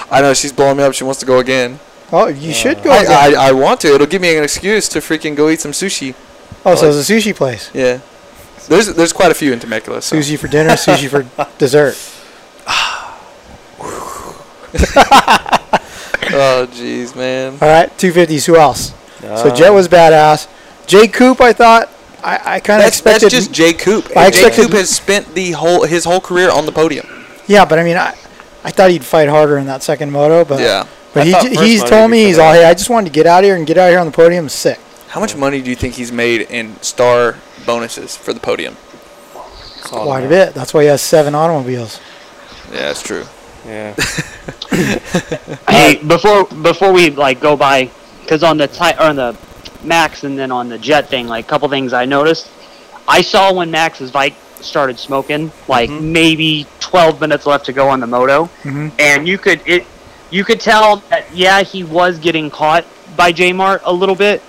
[SPEAKER 2] I know she's blowing me up. She wants to go again.
[SPEAKER 1] oh, you should go.
[SPEAKER 2] I,
[SPEAKER 1] again.
[SPEAKER 2] I, I want to. It'll give me an excuse to freaking go eat some sushi.
[SPEAKER 1] Oh, so it's a sushi place.
[SPEAKER 2] Yeah. There's there's quite a few in Temecula. So.
[SPEAKER 1] Sushi for dinner, sushi for dessert.
[SPEAKER 2] Oh jeez, man.
[SPEAKER 1] All right, 250s. Who else?
[SPEAKER 4] Uh,
[SPEAKER 1] so Jet was badass. Jay Coop, I thought. I, I kind of
[SPEAKER 2] That's,
[SPEAKER 1] expected.
[SPEAKER 2] that's just Jay Coop.
[SPEAKER 1] I
[SPEAKER 2] Jay
[SPEAKER 1] expected-
[SPEAKER 2] Coop has spent the whole his whole career on the podium.
[SPEAKER 1] yeah, but I mean, I, I thought he'd fight harder in that second moto, but
[SPEAKER 2] Yeah.
[SPEAKER 1] But
[SPEAKER 4] I
[SPEAKER 1] he
[SPEAKER 4] thought
[SPEAKER 1] j-
[SPEAKER 4] first
[SPEAKER 1] he's
[SPEAKER 4] moto
[SPEAKER 1] told
[SPEAKER 4] he'd be
[SPEAKER 1] me he's
[SPEAKER 4] pretty
[SPEAKER 1] all hey, I just wanted to get out here and get out here on the podium. Sick.
[SPEAKER 2] How much money do you think he's made in star bonuses for the podium?
[SPEAKER 4] That's all
[SPEAKER 1] Quite a
[SPEAKER 4] I know.
[SPEAKER 1] bit. That's why he has seven automobiles.
[SPEAKER 2] Yeah, that's true.
[SPEAKER 4] Yeah.
[SPEAKER 3] Hey, before before we like go by, because on the ti- or on the Max and then on the Jet thing, like a couple things I noticed. I saw when Max's bike started smoking, like
[SPEAKER 4] Mhm.
[SPEAKER 2] Mm-hmm.
[SPEAKER 3] maybe 12 minutes left to go on the moto,
[SPEAKER 1] Mhm.
[SPEAKER 3] and you could it you could tell that yeah he was getting caught by J Mart a little bit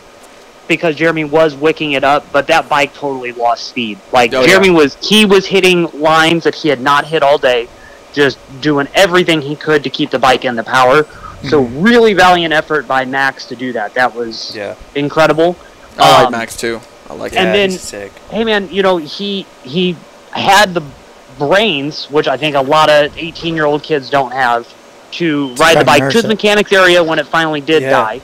[SPEAKER 3] because Jeremy was wicking it up, but that bike totally lost speed. Like
[SPEAKER 2] Oh, yeah.
[SPEAKER 3] Jeremy was he was hitting lines that he had not hit all day, just doing everything he could to keep the bike in the power. So really valiant effort by Max to do that. That was
[SPEAKER 4] Yeah.
[SPEAKER 3] incredible.
[SPEAKER 2] I like
[SPEAKER 3] Um,
[SPEAKER 2] Max too. I like
[SPEAKER 4] Yeah,
[SPEAKER 2] it.
[SPEAKER 3] and then-
[SPEAKER 4] he's sick.
[SPEAKER 3] hey man, you know, he he had the brains, which I think a lot of 18 year old kids don't have, to ride the
[SPEAKER 1] kinda
[SPEAKER 3] bike
[SPEAKER 1] nurse
[SPEAKER 3] to
[SPEAKER 1] it.
[SPEAKER 3] the mechanics area when it finally did
[SPEAKER 4] Yeah.
[SPEAKER 3] die,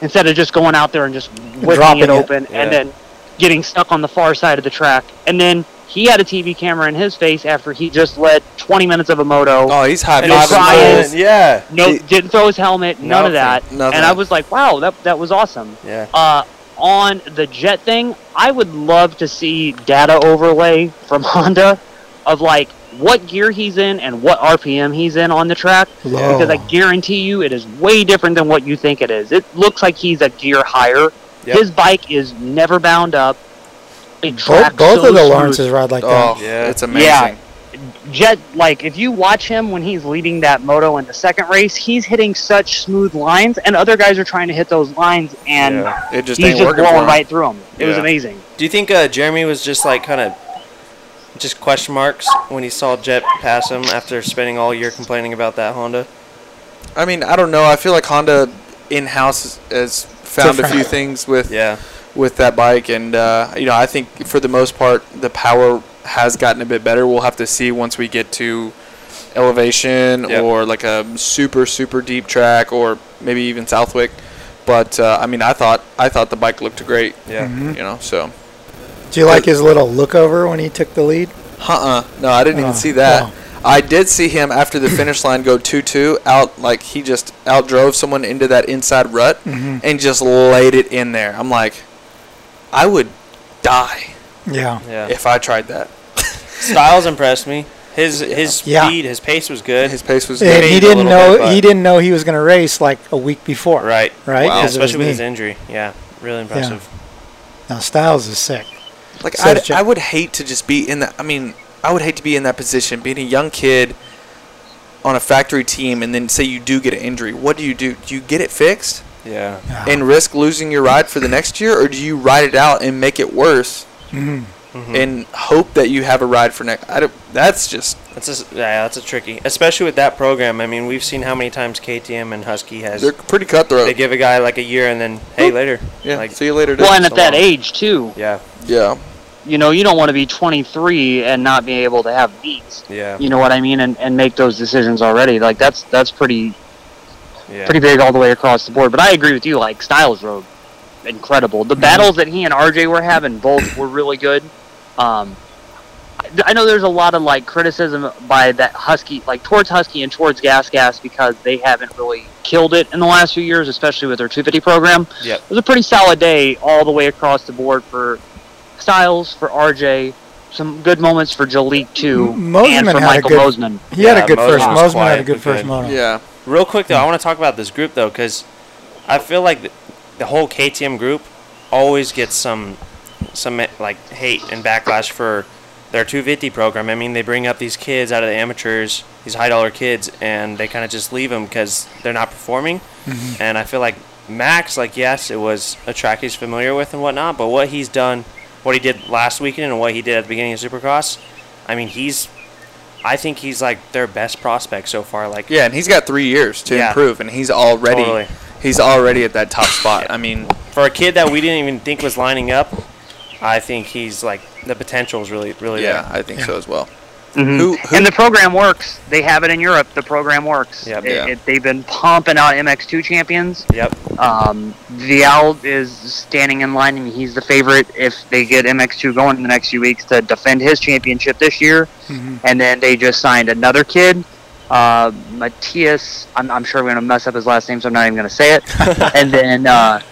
[SPEAKER 3] instead of just going out there and just whipping
[SPEAKER 1] Dropping
[SPEAKER 3] it
[SPEAKER 1] it.
[SPEAKER 3] open
[SPEAKER 4] Yeah.
[SPEAKER 3] and then getting stuck on the far side of the track. And then he had a TV camera in his face after he just led 20 minutes of a moto.
[SPEAKER 2] Oh, he's high
[SPEAKER 4] And he's
[SPEAKER 3] Ryan-
[SPEAKER 2] five.
[SPEAKER 4] smiling. Yeah.
[SPEAKER 3] no,
[SPEAKER 2] he-
[SPEAKER 3] didn't throw his helmet, none of
[SPEAKER 4] Nothing,
[SPEAKER 3] that.
[SPEAKER 2] nothing.
[SPEAKER 3] And I was like, wow, that that was awesome
[SPEAKER 4] Yeah.
[SPEAKER 3] uh, on the jet thing, I would love to see data overlay from Honda of like what gear he's in and what RPM he's in on the track.
[SPEAKER 1] Low.
[SPEAKER 3] Because I guarantee you, it is way different than what you think it is. It looks like he's a gear higher.
[SPEAKER 4] Yep.
[SPEAKER 3] His bike is never bound up. It
[SPEAKER 1] Both,
[SPEAKER 3] tracks
[SPEAKER 1] both
[SPEAKER 3] so
[SPEAKER 1] of the
[SPEAKER 3] smooth.
[SPEAKER 1] Lawrences ride like
[SPEAKER 2] Oh,
[SPEAKER 1] that.
[SPEAKER 4] Yeah.
[SPEAKER 2] it's amazing.
[SPEAKER 3] Yeah. Jet, like if you watch him when he's leading that moto in the second race, he's hitting such smooth lines, and other guys are trying to hit those lines, and
[SPEAKER 4] Yeah.
[SPEAKER 2] It just
[SPEAKER 3] he's
[SPEAKER 2] ain't
[SPEAKER 3] just
[SPEAKER 2] working for
[SPEAKER 3] blowing
[SPEAKER 2] him.
[SPEAKER 3] right through them. It was
[SPEAKER 4] Yeah.
[SPEAKER 3] amazing.
[SPEAKER 4] Do you think uh, Jeremy was just like kind of just question marks when he saw Jet pass him after spending all year complaining about that Honda?
[SPEAKER 2] I mean, I don't know. I feel like Honda in house has found a few
[SPEAKER 1] Different.
[SPEAKER 2] things with
[SPEAKER 4] Yeah.
[SPEAKER 2] with that bike, and uh, you know, I think for the most part, the power has gotten a bit better. We'll have to see once we get to elevation
[SPEAKER 4] Yep.
[SPEAKER 2] or like a super super deep track, or maybe even Southwick. But uh, I mean, I thought I thought the bike looked great.
[SPEAKER 4] Yeah.
[SPEAKER 1] Mm-hmm.
[SPEAKER 2] You know, so
[SPEAKER 1] Do you like his little look over when he took the lead?
[SPEAKER 2] uh uh. No, I didn't
[SPEAKER 1] Oh,
[SPEAKER 2] even see that.
[SPEAKER 1] wow.
[SPEAKER 2] I did see him after the finish line go 2 2 out, like he just outdrove someone into that inside rut
[SPEAKER 1] Mm-hmm.
[SPEAKER 2] and just laid it in there. I'm like, I would die
[SPEAKER 1] Yeah.
[SPEAKER 4] Yeah.
[SPEAKER 2] if I tried that.
[SPEAKER 4] Styles impressed me. His his speed,
[SPEAKER 1] Yeah.
[SPEAKER 4] his pace was good.
[SPEAKER 2] His pace was
[SPEAKER 1] And
[SPEAKER 2] good.
[SPEAKER 1] he
[SPEAKER 4] a
[SPEAKER 1] didn't
[SPEAKER 4] little
[SPEAKER 1] know
[SPEAKER 4] bit, but-
[SPEAKER 1] he didn't know he was going to race like a week before.
[SPEAKER 4] right.
[SPEAKER 1] Right.
[SPEAKER 2] Wow.
[SPEAKER 4] Yeah,
[SPEAKER 1] 'Cause it was
[SPEAKER 4] especially with his
[SPEAKER 1] knee.
[SPEAKER 4] injury. Yeah. Really impressive.
[SPEAKER 1] Now Styles is sick.
[SPEAKER 2] Like,
[SPEAKER 1] So
[SPEAKER 2] I'd,
[SPEAKER 1] Jack-
[SPEAKER 2] I would hate to just be in that. I mean, I would hate to be in that position, being a young kid on a factory team, and then say you do get an injury. What do you do? Do you get it fixed?
[SPEAKER 4] Yeah.
[SPEAKER 1] Yeah.
[SPEAKER 2] and risk losing your ride for the next year, or do you ride it out and make it worse,
[SPEAKER 1] Mm-hmm.
[SPEAKER 2] and hope that you have a ride for next? I don't, that's just
[SPEAKER 4] That's a, yeah, that's a tricky, especially with that program. I mean, we've seen how many times KTM and Husky has
[SPEAKER 2] they're pretty cutthroat.
[SPEAKER 4] they give a guy like a year and then hey later.
[SPEAKER 2] yeah,
[SPEAKER 4] Like,
[SPEAKER 2] see you later. dude.
[SPEAKER 3] Well, and
[SPEAKER 4] so
[SPEAKER 3] at that
[SPEAKER 4] long.
[SPEAKER 3] age too,
[SPEAKER 4] yeah,
[SPEAKER 2] yeah,
[SPEAKER 3] you know, you don't want to be 23 and not be able to have needs.
[SPEAKER 4] yeah,
[SPEAKER 3] You know what I mean? And, and make those decisions already. Like that's that's pretty
[SPEAKER 4] yeah.
[SPEAKER 3] pretty big all the way across the board. But I agree with you. Like Styles rode incredible.
[SPEAKER 1] Mm-hmm.
[SPEAKER 3] The battles that he and RJ were having both were really good. Um, I- I know there's a lot of like criticism by that Husky, like towards Husky and towards Gas Gas because they haven't really killed it in the last few years, especially with their 250 program.
[SPEAKER 4] Yep.
[SPEAKER 3] It was a pretty solid day all the way across the board for Styles, for RJ, some good moments for Jalik too,
[SPEAKER 1] M- Moseman
[SPEAKER 3] and
[SPEAKER 1] had
[SPEAKER 3] for
[SPEAKER 1] a
[SPEAKER 3] Michael
[SPEAKER 1] good-
[SPEAKER 3] Moseman.
[SPEAKER 1] He had
[SPEAKER 4] Yeah,
[SPEAKER 1] a good
[SPEAKER 4] Moseman
[SPEAKER 1] first.
[SPEAKER 4] was
[SPEAKER 1] Mosman had
[SPEAKER 4] quiet,
[SPEAKER 1] a good
[SPEAKER 4] but
[SPEAKER 1] first
[SPEAKER 4] good.
[SPEAKER 1] moto.
[SPEAKER 2] yeah.
[SPEAKER 4] Real quick though, I want to talk about this group though because I feel like the, the whole KTM group always gets some some eh, like hate and backlash for their 250 program. I mean, they bring up these kids out of the amateurs, these high dollar kids, and they kind of just leave them because they're not performing. And I feel like Max, like yes, it was a track he's familiar with and whatnot, but what he's done, what he did last weekend, and what he did at the beginning of Supercross, I mean, he's. I think he's like their best prospect so far. Like
[SPEAKER 2] Yeah, and he's got three years to
[SPEAKER 4] Yeah.
[SPEAKER 2] improve, and he's already
[SPEAKER 4] Totally.
[SPEAKER 2] he's already at that top spot. I mean,
[SPEAKER 4] for a kid that we didn't even think was lining up, I think he's like the potential is really really
[SPEAKER 2] yeah,
[SPEAKER 4] there.
[SPEAKER 2] I think so as well.
[SPEAKER 3] Hmm.
[SPEAKER 2] Who, who
[SPEAKER 3] And the program works. They have it in Europe. The program works.
[SPEAKER 4] Yep.
[SPEAKER 3] It-
[SPEAKER 2] Yeah.
[SPEAKER 3] it- they've been pumping out MX2 champions.
[SPEAKER 4] Yep.
[SPEAKER 3] Um, Vial is standing in line, and he's the favorite if they get MX2 going in the next few weeks to defend his championship this year.
[SPEAKER 4] Mm-hmm.
[SPEAKER 3] And then they just signed another kid, uh, Matthias. I'm, I'm sure we're going to mess up his last name, so I'm not even going to say it. and then uh,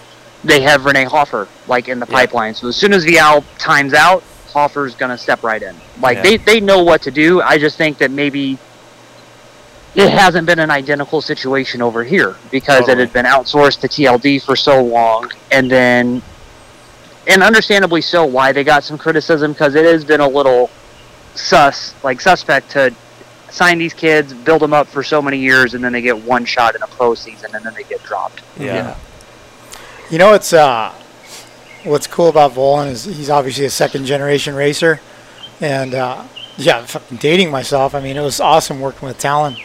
[SPEAKER 3] they have Renee Hoffer, like, in the
[SPEAKER 4] Yeah.
[SPEAKER 3] pipeline. So as soon as Vial times out, Hoffer's going to step right in. Like,
[SPEAKER 4] Yeah.
[SPEAKER 3] they, they know what to do. I just think that maybe it hasn't been an identical situation over here because
[SPEAKER 4] Totally.
[SPEAKER 3] it had been outsourced to TLD for so long, and then, and understandably so, why they got some criticism because it has been a little sus, like suspect to sign these kids, build them up for so many years, and then they get one shot in a pro season, and then they get dropped.
[SPEAKER 4] Yeah.
[SPEAKER 1] You know what's uh, what's cool about Volan is he's obviously a second generation racer, and uh, yeah, fucking dating myself. I mean, it was awesome working with Talon.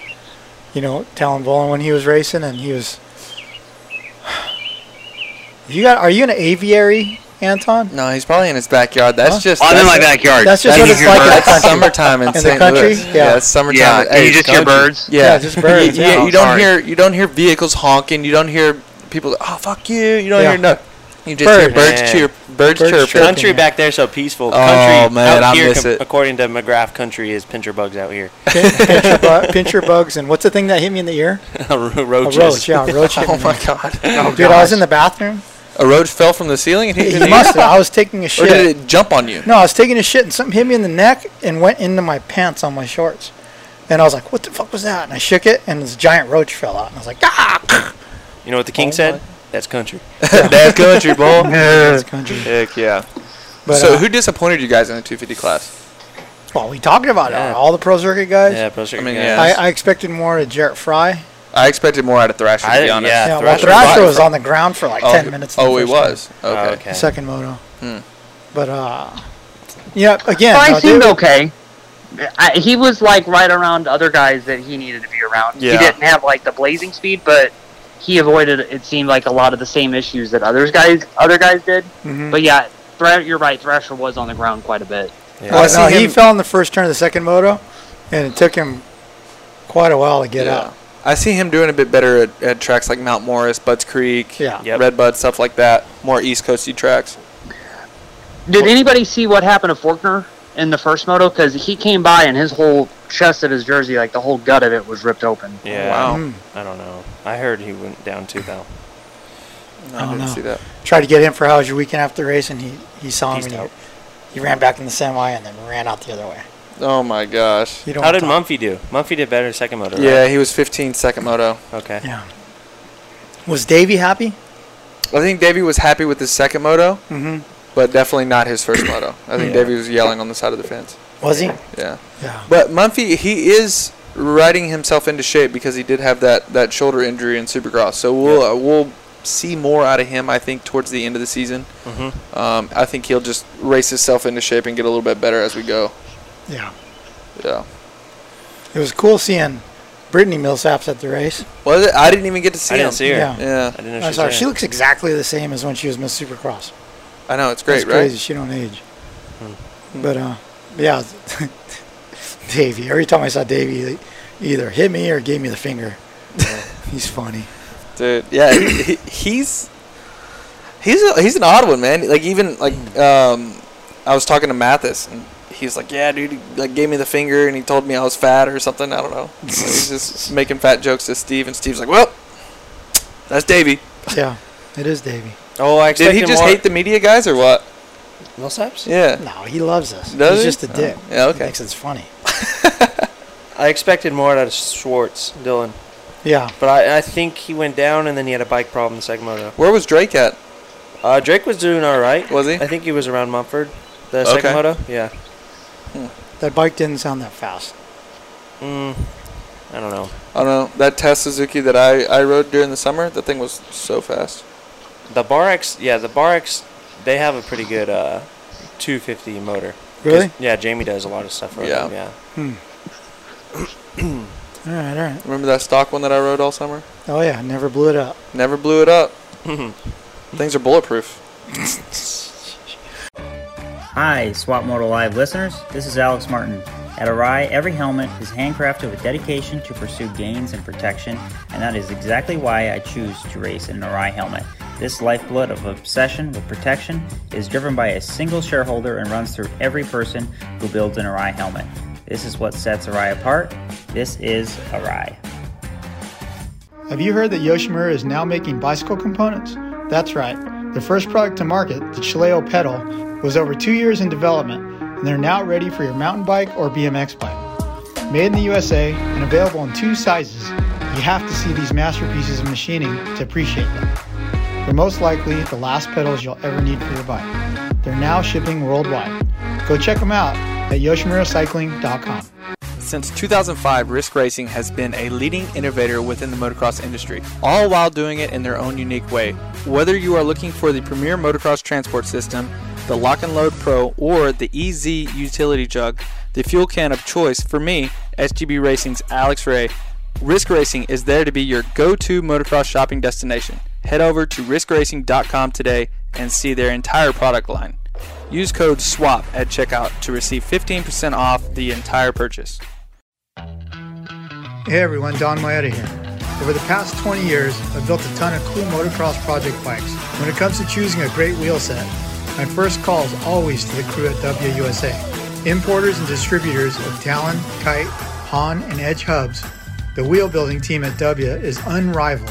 [SPEAKER 1] You know, Talon Volan when he was racing, and he was. You got? Are you in an aviary, Anton?
[SPEAKER 2] No, he's probably in his backyard. That's
[SPEAKER 1] Huh?
[SPEAKER 2] just
[SPEAKER 5] I'm in
[SPEAKER 2] that's,
[SPEAKER 5] my backyard.
[SPEAKER 1] that's just
[SPEAKER 5] You
[SPEAKER 1] what it's
[SPEAKER 5] hear
[SPEAKER 1] like in
[SPEAKER 5] birds.
[SPEAKER 1] the
[SPEAKER 2] that's
[SPEAKER 1] country.
[SPEAKER 2] summertime in,
[SPEAKER 1] In the
[SPEAKER 2] St.
[SPEAKER 1] country?
[SPEAKER 2] Louis.
[SPEAKER 1] Yeah.
[SPEAKER 2] it's summertime.
[SPEAKER 5] Yeah,
[SPEAKER 2] at-
[SPEAKER 5] and you
[SPEAKER 2] hey,
[SPEAKER 5] just hear
[SPEAKER 2] country.
[SPEAKER 5] birds.
[SPEAKER 2] Yeah,
[SPEAKER 1] Yeah, just birds,
[SPEAKER 2] You,
[SPEAKER 1] yeah.
[SPEAKER 2] you don't
[SPEAKER 5] Sorry.
[SPEAKER 2] hear you don't hear vehicles honking. You don't hear people. Oh fuck you! You don't
[SPEAKER 1] Yeah.
[SPEAKER 2] hear no. You just hear
[SPEAKER 1] Birds.
[SPEAKER 2] birds
[SPEAKER 4] Man.
[SPEAKER 2] cheer, birds,
[SPEAKER 1] Birds
[SPEAKER 2] chirping.
[SPEAKER 1] chirp.
[SPEAKER 4] Country
[SPEAKER 1] yeah.
[SPEAKER 4] back there so peaceful.
[SPEAKER 2] Oh,
[SPEAKER 4] country
[SPEAKER 2] man,
[SPEAKER 4] out
[SPEAKER 2] I
[SPEAKER 4] here,
[SPEAKER 2] miss it.
[SPEAKER 4] according to McGrath, country is pincher bugs out here.
[SPEAKER 1] Pin- pincher, bu- pincher bugs and what's the thing that hit me in the ear? A
[SPEAKER 4] Roaches.
[SPEAKER 1] roach. Yeah, a roach. hit
[SPEAKER 2] Oh
[SPEAKER 1] me.
[SPEAKER 2] my god!
[SPEAKER 1] Dude, I was in the bathroom.
[SPEAKER 2] A roach fell from the ceiling and hit you.
[SPEAKER 1] He
[SPEAKER 2] in the ear?
[SPEAKER 1] must have. I was taking a
[SPEAKER 2] Or
[SPEAKER 1] shit.
[SPEAKER 2] did it jump on you?
[SPEAKER 1] No, I was taking a shit and something hit me in the neck and went into my pants on my shorts. And I was like, what the fuck was that? And I shook it and this giant roach fell out. And I was like, ah!
[SPEAKER 4] You know what the king said? That's country.
[SPEAKER 2] That's country, boy.
[SPEAKER 1] That's country.
[SPEAKER 2] Heck yeah.
[SPEAKER 1] But,
[SPEAKER 2] so
[SPEAKER 1] uh,
[SPEAKER 2] who disappointed you guys in the 250 class?
[SPEAKER 1] Well, we talked about it.
[SPEAKER 4] Yeah.
[SPEAKER 1] All the pro circuit guys.
[SPEAKER 4] Yeah, pro circuit
[SPEAKER 2] I mean,
[SPEAKER 4] guys.
[SPEAKER 2] yeah.
[SPEAKER 1] I, I expected more to Jarrett Fry.
[SPEAKER 2] I expected more out of Thrasher,
[SPEAKER 4] I-
[SPEAKER 2] to be honest.
[SPEAKER 4] yeah.
[SPEAKER 1] yeah, well,
[SPEAKER 4] Thrasher
[SPEAKER 1] Thrasher
[SPEAKER 2] was-
[SPEAKER 1] was on the ground for like
[SPEAKER 2] Oh,
[SPEAKER 1] 10 minutes. in the
[SPEAKER 2] Oh, he
[SPEAKER 1] first
[SPEAKER 2] was. Okay.
[SPEAKER 4] Oh, okay.
[SPEAKER 1] one. Second moto.
[SPEAKER 2] Hmm.
[SPEAKER 1] But, uh, yeah, again.
[SPEAKER 3] Fry
[SPEAKER 1] uh,
[SPEAKER 3] seemed
[SPEAKER 1] they-
[SPEAKER 3] okay. I, he was like right around other guys that he needed to be around.
[SPEAKER 2] Yeah.
[SPEAKER 3] He didn't have like the blazing speed, but he avoided. It seemed like a lot of the same issues that others guys other guys did.
[SPEAKER 1] Mhm.
[SPEAKER 3] But yeah, Thra- you're right. Thrasher was on the ground quite a bit.
[SPEAKER 4] Yeah.
[SPEAKER 1] Well,
[SPEAKER 2] I see
[SPEAKER 1] no, he
[SPEAKER 2] him-
[SPEAKER 1] fell in the first turn of the second moto, and it took him quite a while to get
[SPEAKER 2] yeah.
[SPEAKER 1] up.
[SPEAKER 2] I see him doing a bit better at, at tracks like Mount Morris, Butts Creek,
[SPEAKER 1] Yeah.
[SPEAKER 4] Yep.
[SPEAKER 2] Red Bud, stuff like that. More East Coasty tracks.
[SPEAKER 3] Did anybody see what happened to Forkner in the first moto? Because he came by and his whole chest of his jersey, like the whole gut of it, was ripped open.
[SPEAKER 4] Yeah.
[SPEAKER 2] Wow.
[SPEAKER 1] Mm.
[SPEAKER 4] I don't know. I heard he went down too though.
[SPEAKER 2] No,
[SPEAKER 1] I don't
[SPEAKER 2] didn't
[SPEAKER 1] know.
[SPEAKER 2] see that.
[SPEAKER 1] tried to get him for how was your weekend after the race, and he, he saw him
[SPEAKER 4] Peaced
[SPEAKER 1] and
[SPEAKER 4] out.
[SPEAKER 1] he, he ran back in the semi and then ran out the other way.
[SPEAKER 2] Oh my gosh.
[SPEAKER 1] You don't
[SPEAKER 4] How
[SPEAKER 1] want
[SPEAKER 4] did Mumphy do? Mumphy did better second motor. right?
[SPEAKER 2] Yeah, he was 15 second moto.
[SPEAKER 4] Okay.
[SPEAKER 1] to- Yeah. Was Davey happy?
[SPEAKER 2] I think Davey was happy with his second moto,
[SPEAKER 1] Mm-hmm.
[SPEAKER 2] but definitely not his first moto. I think
[SPEAKER 4] Yeah.
[SPEAKER 2] Davey was yelling on the side of the fence.
[SPEAKER 1] Was he?
[SPEAKER 2] Yeah.
[SPEAKER 1] Yeah.
[SPEAKER 2] But Mumphy, he is riding himself into shape because he did have that, that shoulder injury in Supercross. So we'll uh, we'll see more out of him, I think, towards the end of the season.
[SPEAKER 4] Mm-hmm.
[SPEAKER 2] Um, I think he'll just race himself into shape and get a little bit better as we go.
[SPEAKER 1] Yeah.
[SPEAKER 2] Yeah.
[SPEAKER 1] It was cool seeing Brittany Millsaps at the race.
[SPEAKER 2] Was it? I didn't even get to see
[SPEAKER 4] I
[SPEAKER 2] him.
[SPEAKER 4] didn't see her.
[SPEAKER 1] Yeah.
[SPEAKER 4] I
[SPEAKER 2] Yeah.
[SPEAKER 4] didn't know she
[SPEAKER 1] I
[SPEAKER 4] was
[SPEAKER 1] saw her.
[SPEAKER 4] there.
[SPEAKER 1] She looks exactly the same as when she was Miss Supercross.
[SPEAKER 2] I know it's great,
[SPEAKER 1] That's crazy.
[SPEAKER 2] right?
[SPEAKER 1] She don't age. But uh, yeah, Davey. Every time I saw Davey, he either hit me or gave me the finger. He's funny.
[SPEAKER 2] Dude, yeah, he, he- he's he's a, he's an odd one, man. Like even like um, I was talking to Mathis, and he's like, "Yeah, dude," he, like gave me the finger, and he told me I was fat or something. I don't know. So he's just making fat jokes to Steve, and Steve's like, "Well, that's Davey."
[SPEAKER 1] Yeah, it is Davey.
[SPEAKER 4] Oh, I
[SPEAKER 2] Did
[SPEAKER 4] expected
[SPEAKER 2] he just
[SPEAKER 4] more.
[SPEAKER 2] hate the media guys or what?
[SPEAKER 4] Millsaps?
[SPEAKER 2] Yeah.
[SPEAKER 1] No, he loves us.
[SPEAKER 2] Does
[SPEAKER 1] He's
[SPEAKER 2] he?
[SPEAKER 1] just a
[SPEAKER 2] Oh,
[SPEAKER 1] dick.
[SPEAKER 2] yeah,
[SPEAKER 1] He
[SPEAKER 2] okay.
[SPEAKER 1] thinks it's funny.
[SPEAKER 4] I expected more out of Schwartz, Dylan,
[SPEAKER 1] Yeah.
[SPEAKER 4] but I, I think he went down and then he had a bike problem in the second moto.
[SPEAKER 2] Where was Drake at?
[SPEAKER 4] Uh, Drake was doing all right.
[SPEAKER 2] Was he?
[SPEAKER 4] I think he was around Mumford. The
[SPEAKER 2] Okay.
[SPEAKER 4] second moto. Yeah.
[SPEAKER 1] That bike didn't sound that fast.
[SPEAKER 4] Mm, I don't know.
[SPEAKER 2] I don't know. That Test Suzuki that I, I rode during the summer, that thing was so fast.
[SPEAKER 4] The Bar X, yeah, the Bar X, they have a pretty good uh, 250 motor. 'Cause-
[SPEAKER 1] Really?
[SPEAKER 4] Yeah, Jamie does a lot of stuff for
[SPEAKER 2] Yeah.
[SPEAKER 4] them. Yeah.
[SPEAKER 1] All right, all right.
[SPEAKER 2] Remember that stock one that I rode all summer?
[SPEAKER 1] Oh yeah, never blew it up.
[SPEAKER 2] Never blew it up. Things are bulletproof.
[SPEAKER 6] Hi, Swap Moto Live listeners. This is Alex Martin. At Arai, every helmet is handcrafted with dedication to pursue gains and protection, and that is exactly why I choose to race in an Arai helmet. This lifeblood of obsession with protection is driven by a single shareholder and runs through every person who builds an Arai helmet. This is what sets Arai apart. This is Arai.
[SPEAKER 1] Have you heard that Yoshimura is now making bicycle components? That's right. Their first product to market, the Chileo pedal, was over two years in development, and they're now ready for your mountain bike or BMX bike. Made in the USA and available in two sizes, you have to see these masterpieces of machining to appreciate them. They're most likely the last pedals you'll ever need for your bike. They're now shipping worldwide. Go check them out at yoshimuracycling.com.
[SPEAKER 2] Since 2005, Risk Racing has been a leading innovator within the motocross industry, all while doing it in their own unique way. Whether you are looking for the premier motocross transport system, the Lock and Load Pro, or the EZ utility jug, the fuel can of choice for me, SGB Racing's Alex Ray, Risk Racing is there to be your go to motocross shopping destination. Head over to riskracing.com today and see their entire product line. Use code SWAP at checkout to receive 15% off the entire purchase.
[SPEAKER 1] Hey everyone, Don Maeda here. Over the past 20 years, I've built a ton of cool motocross project bikes. When it comes to choosing a great wheel set, my first call is always to the crew at WUSA. Importers and distributors of Talon, Kite, Han, and Edge hubs, the wheel building team at W is unrivaled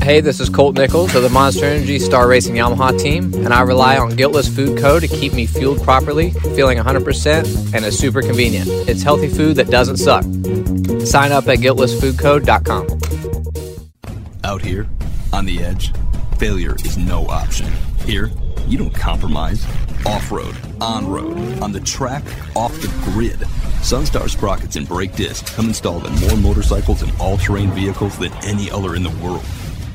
[SPEAKER 5] Hey, this is Colt Nichols of the Monster Energy Star Racing Yamaha team, and I rely on Guiltless Food Co. to keep me fueled properly, feeling 100%, and is super convenient. It's healthy food that doesn't suck. Sign up at guiltlessfoodco.com.
[SPEAKER 7] Out here, on the edge, failure is no option. Here, you don't compromise. Off road, on road, on the track, off the grid. Sunstar sprockets and brake discs come installed in more motorcycles and all terrain vehicles than any other in the world.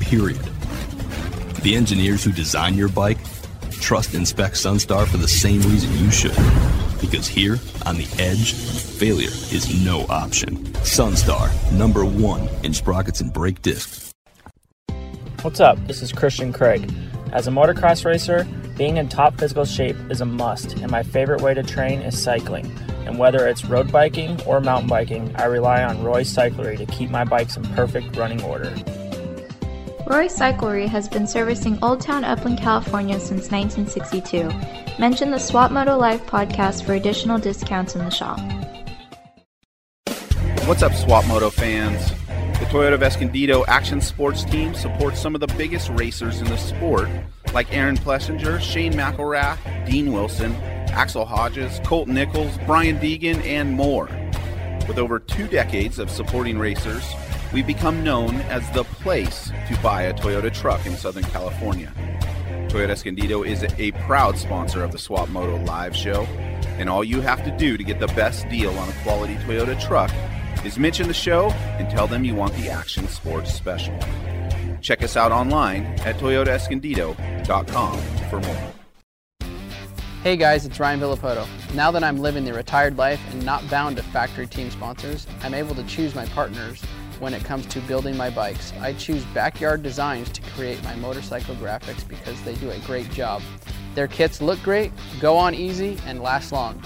[SPEAKER 7] Period. The engineers who design your bike trust and spec Sunstar for the same reason you should. Because here, on the edge, failure is no option. Sunstar, number one in sprockets and brake discs.
[SPEAKER 8] What's up? This is Christian Craig. As a motocross racer, being in top physical shape is a must, and my favorite way to train is cycling. And whether it's road biking or mountain biking, I rely on Roy Cyclery to keep my bikes in perfect running order.
[SPEAKER 9] Roy Cyclery has been servicing Old Town Upland, California since 1962. Mention the Swap Moto Live podcast for additional discounts in the shop.
[SPEAKER 10] What's up, Swap Moto fans? The Toyota of Escondido Action Sports Team supports some of the biggest racers in the sport, like Aaron Plessinger, Shane McElrath, Dean Wilson, Axel Hodges, Colt Nichols, Brian Deegan, and more. With over two decades of supporting racers, we've become known as the place to buy a Toyota truck in Southern California. Toyota Escondido is a proud sponsor of the Swap Moto Live Show, and all you have to do to get the best deal on a quality Toyota truck is mention the show and tell them you want the Action Sports Special. Check us out online at toyotaescondido.com for more.
[SPEAKER 11] Hey guys, it's Ryan Villapoto. Now that I'm living the retired life and not bound to factory team sponsors, I'm able to choose my partners when it comes to building my bikes. I choose Backyard Designs to create my motorcycle graphics because they do a great job. Their kits look great, go on easy, and last long.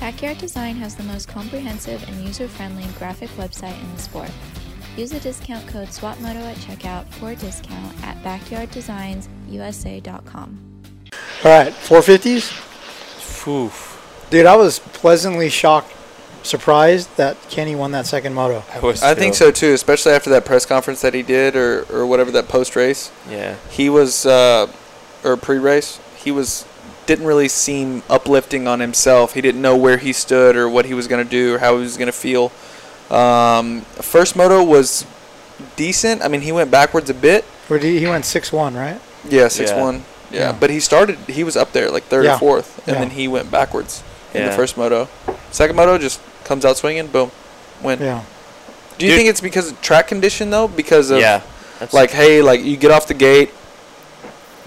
[SPEAKER 9] Backyard Design has the most comprehensive and user friendly graphic website in the sport. Use the discount code SWATMOTO at checkout for a discount at backyarddesignsusa.com.
[SPEAKER 1] All right, 450s?
[SPEAKER 4] Oof.
[SPEAKER 1] Dude, I was pleasantly shocked, surprised that Kenny won that second moto.
[SPEAKER 4] I, was
[SPEAKER 2] I think so too, especially after that press conference that he did or, or whatever that post race.
[SPEAKER 4] Yeah.
[SPEAKER 2] He was, uh, or pre race, he was didn't really seem uplifting on himself. He didn't know where he stood or what he was going to do or how he was going to feel. Um, first moto was decent. I mean, he went backwards a bit.
[SPEAKER 1] Where did he, he went 6 1, right?
[SPEAKER 2] Yeah, six one. Yeah.
[SPEAKER 1] Yeah.
[SPEAKER 2] but he started. He was up there like third
[SPEAKER 1] Yeah.
[SPEAKER 2] or fourth, and
[SPEAKER 1] Yeah.
[SPEAKER 2] then he went backwards in the
[SPEAKER 4] Yeah.
[SPEAKER 2] first moto. Second moto just comes out swinging, boom, win.
[SPEAKER 1] Yeah.
[SPEAKER 2] Do you
[SPEAKER 4] Dude.
[SPEAKER 2] think it's because of track condition though? Because of
[SPEAKER 4] Yeah. That's
[SPEAKER 2] like, hey, like you get off the gate,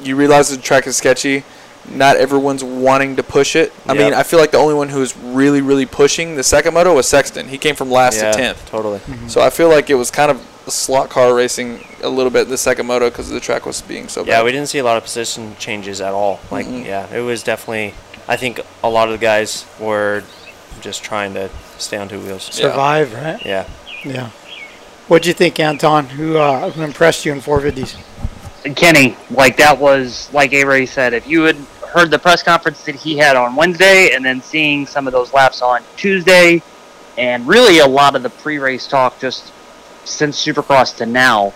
[SPEAKER 2] you realize the track is sketchy. Not everyone's wanting to push it. I mean,
[SPEAKER 4] Yep.
[SPEAKER 2] I feel like the only one who was really, really pushing the second moto was Sexton. He came from last
[SPEAKER 4] yeah,
[SPEAKER 2] to tenth.
[SPEAKER 4] Totally.
[SPEAKER 2] So I feel like it was kind of a slot car racing a little bit in the second moto because the track was being so
[SPEAKER 4] Yeah,
[SPEAKER 2] bad.
[SPEAKER 4] we didn't see a lot of position changes at all. Like, yeah, it was definitely. I think a lot of the guys were just trying to stay on two wheels.
[SPEAKER 1] Survive, right?
[SPEAKER 4] Yeah.
[SPEAKER 1] Yeah. What'd you think, Anton? Who uh, who impressed you in 450s?
[SPEAKER 3] Kenny, like that was like A Ray said, if you had heard the press conference that he had on Wednesday and then seeing some of those laps on Tuesday and really a lot of the pre race talk just since Supercross to now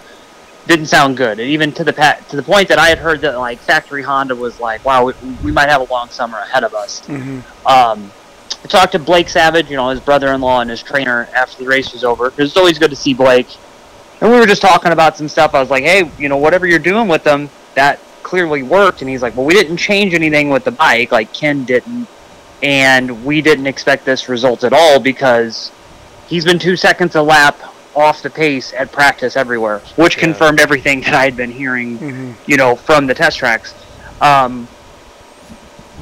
[SPEAKER 3] didn't sound good. And even to the pa- to the point that I had heard that like factory Honda was like, wow, we, we might have a long summer ahead of us.
[SPEAKER 1] Mm-hmm.
[SPEAKER 3] Um, I talked to Blake Savage, you know, his brother-in-law and his trainer after the race was over. 'cause It's always good to see Blake. And we were just talking about some stuff. I was like, hey, you know, whatever you're doing with them, that clearly worked. And he's like, well, we didn't change anything with the bike, like Ken didn't, and we didn't expect this result at all because he's been two seconds a lap off the pace at practice everywhere, which
[SPEAKER 4] Yeah.
[SPEAKER 3] confirmed everything that I had been hearing
[SPEAKER 1] Mm-hmm.
[SPEAKER 3] you know, from the test tracks. Um,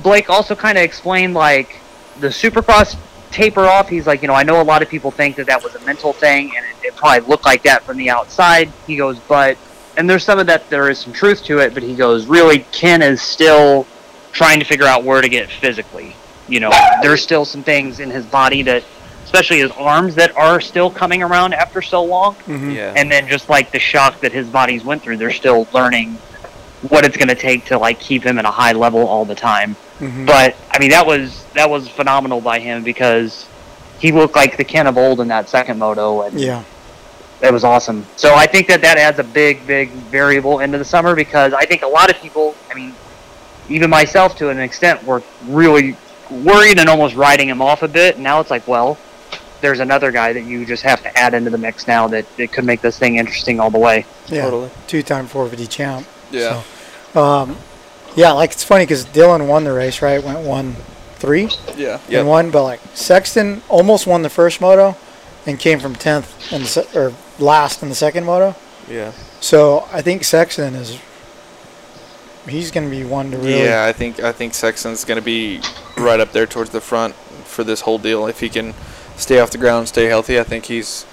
[SPEAKER 3] Blake also kind of explained like the Supercross taper off. He's like, you know, I know a lot of people think that that was a mental thing, and it, it probably looked like that from the outside. He goes, but and there's some of that. There is some truth to it, but he goes, really, Ken is still trying to figure out where to get physically. You know, there's still some things in his body that, especially his arms, that are still coming around after so long
[SPEAKER 1] Mm-hmm.
[SPEAKER 4] Yeah.
[SPEAKER 3] and then just like the shock that his body's went through they're still learning what it's going to take to like keep him at a high level all the time
[SPEAKER 1] hmm
[SPEAKER 3] but i mean that was that was phenomenal by him because he looked like the ken of old in that second moto and
[SPEAKER 1] yeah.
[SPEAKER 3] it was awesome so i think that that adds a big big variable into the summer because i think a lot of people i mean even myself to an extent were really worried and almost writing him off a bit now it's like well there's another guy that you just have to add into the mix now that, that could make this thing interesting all the way
[SPEAKER 1] Yeah.
[SPEAKER 4] Totally.
[SPEAKER 1] Two-time 450 champ.
[SPEAKER 2] Yeah.
[SPEAKER 1] Um, yeah, like it's funny because Dylan won the race, right? Went one three
[SPEAKER 2] Yeah.
[SPEAKER 4] Yep.
[SPEAKER 1] and one, but like Sexton almost won the first moto and came from tenth and se- or last in the second moto.
[SPEAKER 4] Yeah.
[SPEAKER 1] So I think Sexton is he's going to be one to really.
[SPEAKER 2] Yeah, I think I think Sexton's going to be right up there towards the front for this whole deal. If he can stay off the ground, stay healthy, I think he's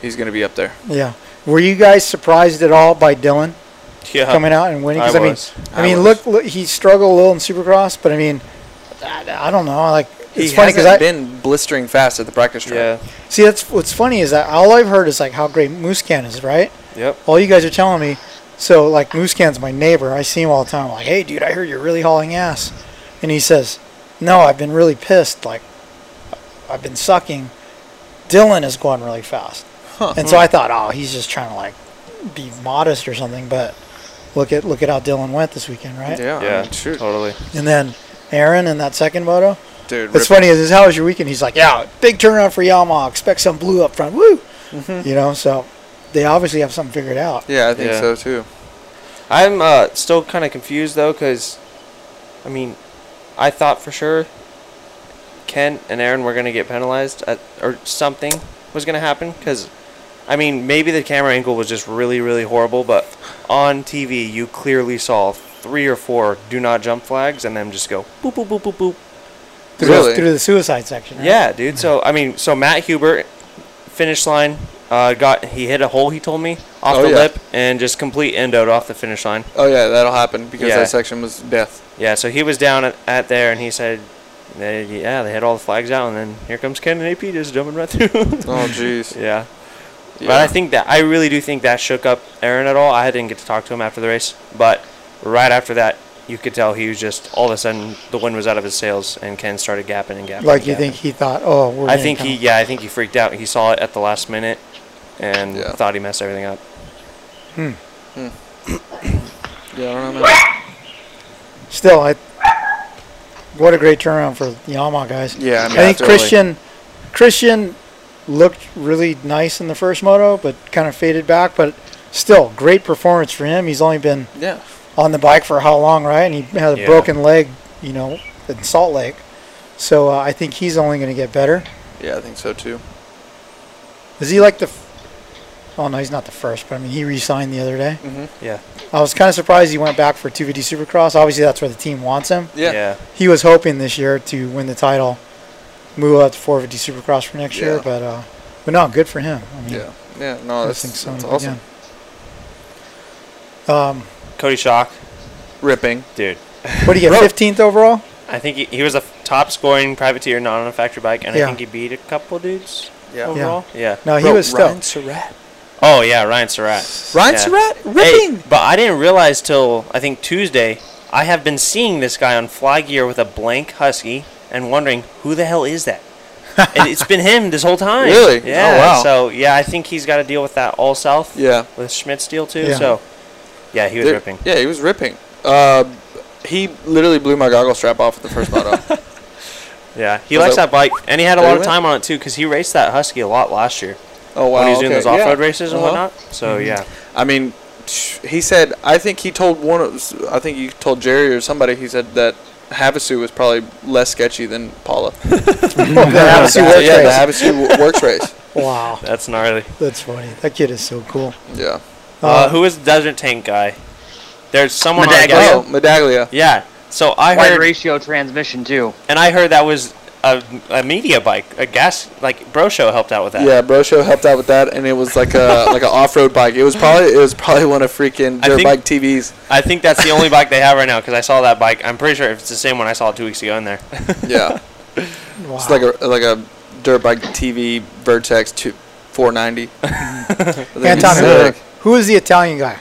[SPEAKER 2] he's going to be up there.
[SPEAKER 1] Yeah. Were you guys surprised at all by Dylan
[SPEAKER 4] Yeah.
[SPEAKER 1] coming out and winning?
[SPEAKER 4] Uh, I
[SPEAKER 1] 'Cause, I, mean,
[SPEAKER 4] was.
[SPEAKER 1] I,
[SPEAKER 2] I
[SPEAKER 1] mean,
[SPEAKER 2] was.
[SPEAKER 1] look, look, he struggled a little in Supercross, but I mean, I, I don't know. Like,
[SPEAKER 2] He
[SPEAKER 1] it's funny because
[SPEAKER 2] hasn't
[SPEAKER 1] I
[SPEAKER 2] been blistering fast at the practice track.
[SPEAKER 4] Yeah.
[SPEAKER 1] see that's what's funny is that all I've heard is like how great Moose Can is, right?
[SPEAKER 4] Yep.
[SPEAKER 1] All you guys are telling me. So like Moose Can's my neighbor. I see him all the time. I'm like, hey, dude, I heard you're really hauling ass, and he says, no, I've been really pissed. Like, I've been sucking. Dylan is going really fast, and so I thought, oh, he's just trying to like be modest or something. But look at look at how Dylan went this weekend, right?
[SPEAKER 2] Yeah. I
[SPEAKER 4] Yeah.
[SPEAKER 2] mean, shoot.
[SPEAKER 4] Totally.
[SPEAKER 1] And then Aaron in that second moto.
[SPEAKER 2] Dude,
[SPEAKER 1] What's
[SPEAKER 2] rip-
[SPEAKER 1] funny is, is how was your weekend? He's like, yeah, big turnaround for Yamaha. Expect some blue up front. Woo!
[SPEAKER 2] Mm-hmm.
[SPEAKER 1] You know, so they obviously have something figured out.
[SPEAKER 2] Yeah, I think
[SPEAKER 4] Yeah.
[SPEAKER 2] so too.
[SPEAKER 4] I'm uh, still kind of confused though, because, I mean, I thought for sure Ken and Aaron were gonna get penalized at, or something was gonna happen, because, I mean, maybe the camera angle was just really really horrible, but on TV you clearly saw three or four do not jump flags and them just go boop boop boop boop boop.
[SPEAKER 1] Through the-
[SPEAKER 2] Really?
[SPEAKER 1] Through the suicide section. right?
[SPEAKER 4] Yeah, dude. So I mean, so Matt Huber, finish line, uh, got he hit a hole. He told me off
[SPEAKER 2] Oh,
[SPEAKER 4] the
[SPEAKER 2] yeah.
[SPEAKER 4] lip and just complete endoed off the finish line.
[SPEAKER 2] Oh yeah, that'll happen because
[SPEAKER 4] Yeah.
[SPEAKER 2] that section was death.
[SPEAKER 4] Yeah, so he was down at, at there, and he said, they, "Yeah, they had all the flags out, and then here comes Ken and AP just jumping right through."
[SPEAKER 2] Oh jeez.
[SPEAKER 4] yeah.
[SPEAKER 2] yeah.
[SPEAKER 4] but I think that I really do think that shook up Aaron at all. I didn't get to talk to him after the race, but right after that, you could tell he was just all of a sudden the wind was out of his sails, and Ken started gapping and gapping.
[SPEAKER 1] Like
[SPEAKER 4] and
[SPEAKER 1] you
[SPEAKER 4] gapping.
[SPEAKER 1] think he thought, oh, we're.
[SPEAKER 4] I
[SPEAKER 1] gonna
[SPEAKER 4] think
[SPEAKER 1] come.
[SPEAKER 4] he, yeah, I think he freaked out. He saw it at the last minute, and
[SPEAKER 2] Yeah.
[SPEAKER 4] thought he messed everything up.
[SPEAKER 2] yeah, I don't know, man.
[SPEAKER 1] Still, I. What a great turnaround for Yamaha guys.
[SPEAKER 2] Yeah, I mean,
[SPEAKER 1] think
[SPEAKER 2] that's early.
[SPEAKER 1] Christian, Christian, looked really nice in the first moto, but kind of faded back. But still, great performance for him. He's only been
[SPEAKER 2] Yeah.
[SPEAKER 1] on the bike for how long, right? And he had a
[SPEAKER 4] Yeah.
[SPEAKER 1] broken leg, you know, in Salt Lake. So uh, I think he's only going to get better.
[SPEAKER 2] Yeah, I think so too.
[SPEAKER 1] Is he like the? F- oh no, he's not the first. But I mean, he re-signed the other day.
[SPEAKER 2] Mm-hmm.
[SPEAKER 4] Yeah,
[SPEAKER 1] I was kind of surprised he went back for 250 Supercross. Obviously, that's where the team wants him.
[SPEAKER 2] Yeah.
[SPEAKER 4] yeah,
[SPEAKER 1] He was hoping this year to win the title, move up to 450 Supercross for next year.
[SPEAKER 2] Yeah.
[SPEAKER 1] But uh, but no, good for him. I mean,
[SPEAKER 2] Yeah. Yeah, no,
[SPEAKER 1] I
[SPEAKER 2] that's,
[SPEAKER 1] think so.
[SPEAKER 2] that's
[SPEAKER 1] yeah.
[SPEAKER 2] awesome.
[SPEAKER 1] Um,
[SPEAKER 4] Cody Shock,
[SPEAKER 2] Ripping.
[SPEAKER 4] dude.
[SPEAKER 1] what do you get? 15th overall.
[SPEAKER 4] I think he, he was a f- top scoring privateer not on a factory bike, and
[SPEAKER 1] Yeah.
[SPEAKER 4] I think he beat a couple dudes
[SPEAKER 2] Yeah.
[SPEAKER 4] overall. Yeah.
[SPEAKER 1] No, he
[SPEAKER 2] Bro,
[SPEAKER 1] was
[SPEAKER 2] Ryan
[SPEAKER 1] stoked.
[SPEAKER 2] Surratt.
[SPEAKER 4] Oh yeah, Ryan Surratt.
[SPEAKER 2] Ryan
[SPEAKER 4] Yeah.
[SPEAKER 2] Surratt
[SPEAKER 4] Hey,
[SPEAKER 2] ripping.
[SPEAKER 4] but I didn't realize till I think Tuesday. I have been seeing this guy on fly gear with a blank husky and wondering who the hell is that. and it's been him this whole time.
[SPEAKER 2] Really? Oh,
[SPEAKER 4] Yeah.
[SPEAKER 2] wow.
[SPEAKER 4] So yeah, I think he's got to deal with that all south
[SPEAKER 2] Yeah.
[SPEAKER 4] with Schmidt Steel too.
[SPEAKER 1] Yeah.
[SPEAKER 4] So yeah, he was
[SPEAKER 2] There-
[SPEAKER 4] ripping.
[SPEAKER 2] Yeah, he was ripping. Uh, he literally blew my goggle strap off at the first moto.
[SPEAKER 4] Yeah, he
[SPEAKER 2] Was
[SPEAKER 4] likes
[SPEAKER 2] that-
[SPEAKER 4] that bike, and he had
[SPEAKER 2] Did
[SPEAKER 4] a
[SPEAKER 2] he
[SPEAKER 4] lot of
[SPEAKER 2] win?
[SPEAKER 4] time on it too because he raced that husky a lot last year
[SPEAKER 2] Oh wow!
[SPEAKER 4] when he was doing
[SPEAKER 2] okay,
[SPEAKER 4] those off-road
[SPEAKER 2] yeah.
[SPEAKER 4] races and
[SPEAKER 2] Uh-huh.
[SPEAKER 4] whatnot. So
[SPEAKER 3] Mm-hmm.
[SPEAKER 4] yeah,
[SPEAKER 2] I mean, he said. I think he told one. Of, I think you told Jerry or somebody. He said that Havasu was probably less sketchy than Paula. the Havasu
[SPEAKER 1] works
[SPEAKER 2] yeah, the
[SPEAKER 1] race.
[SPEAKER 2] Havasu wo- works race.
[SPEAKER 1] Wow,
[SPEAKER 4] that's gnarly.
[SPEAKER 1] that's funny. That kid is so cool.
[SPEAKER 2] Yeah.
[SPEAKER 4] Uh, who is the desert tank guy? There's someone. on
[SPEAKER 3] Medaglia.
[SPEAKER 4] Gas-
[SPEAKER 2] Oh, Medaglia.
[SPEAKER 4] Yeah. So I
[SPEAKER 3] Wide
[SPEAKER 4] heard,
[SPEAKER 3] ratio transmission too.
[SPEAKER 4] and I heard that was a, a media bike, a gas like bro show helped out with that.
[SPEAKER 2] Yeah, Brosho helped out with that, and it was like a like an off-road bike. It was probably it was probably one of freaking
[SPEAKER 4] I
[SPEAKER 2] dirt
[SPEAKER 4] think-
[SPEAKER 2] bike TVs.
[SPEAKER 4] I think that's the only bike they have right now because I saw that bike. I'm pretty sure if it's the same one I saw two weeks ago in there.
[SPEAKER 2] Yeah,
[SPEAKER 1] Wow.
[SPEAKER 2] it's like a like a dirt bike TV Vertex two, 490.
[SPEAKER 1] Anton, who is the Italian guy?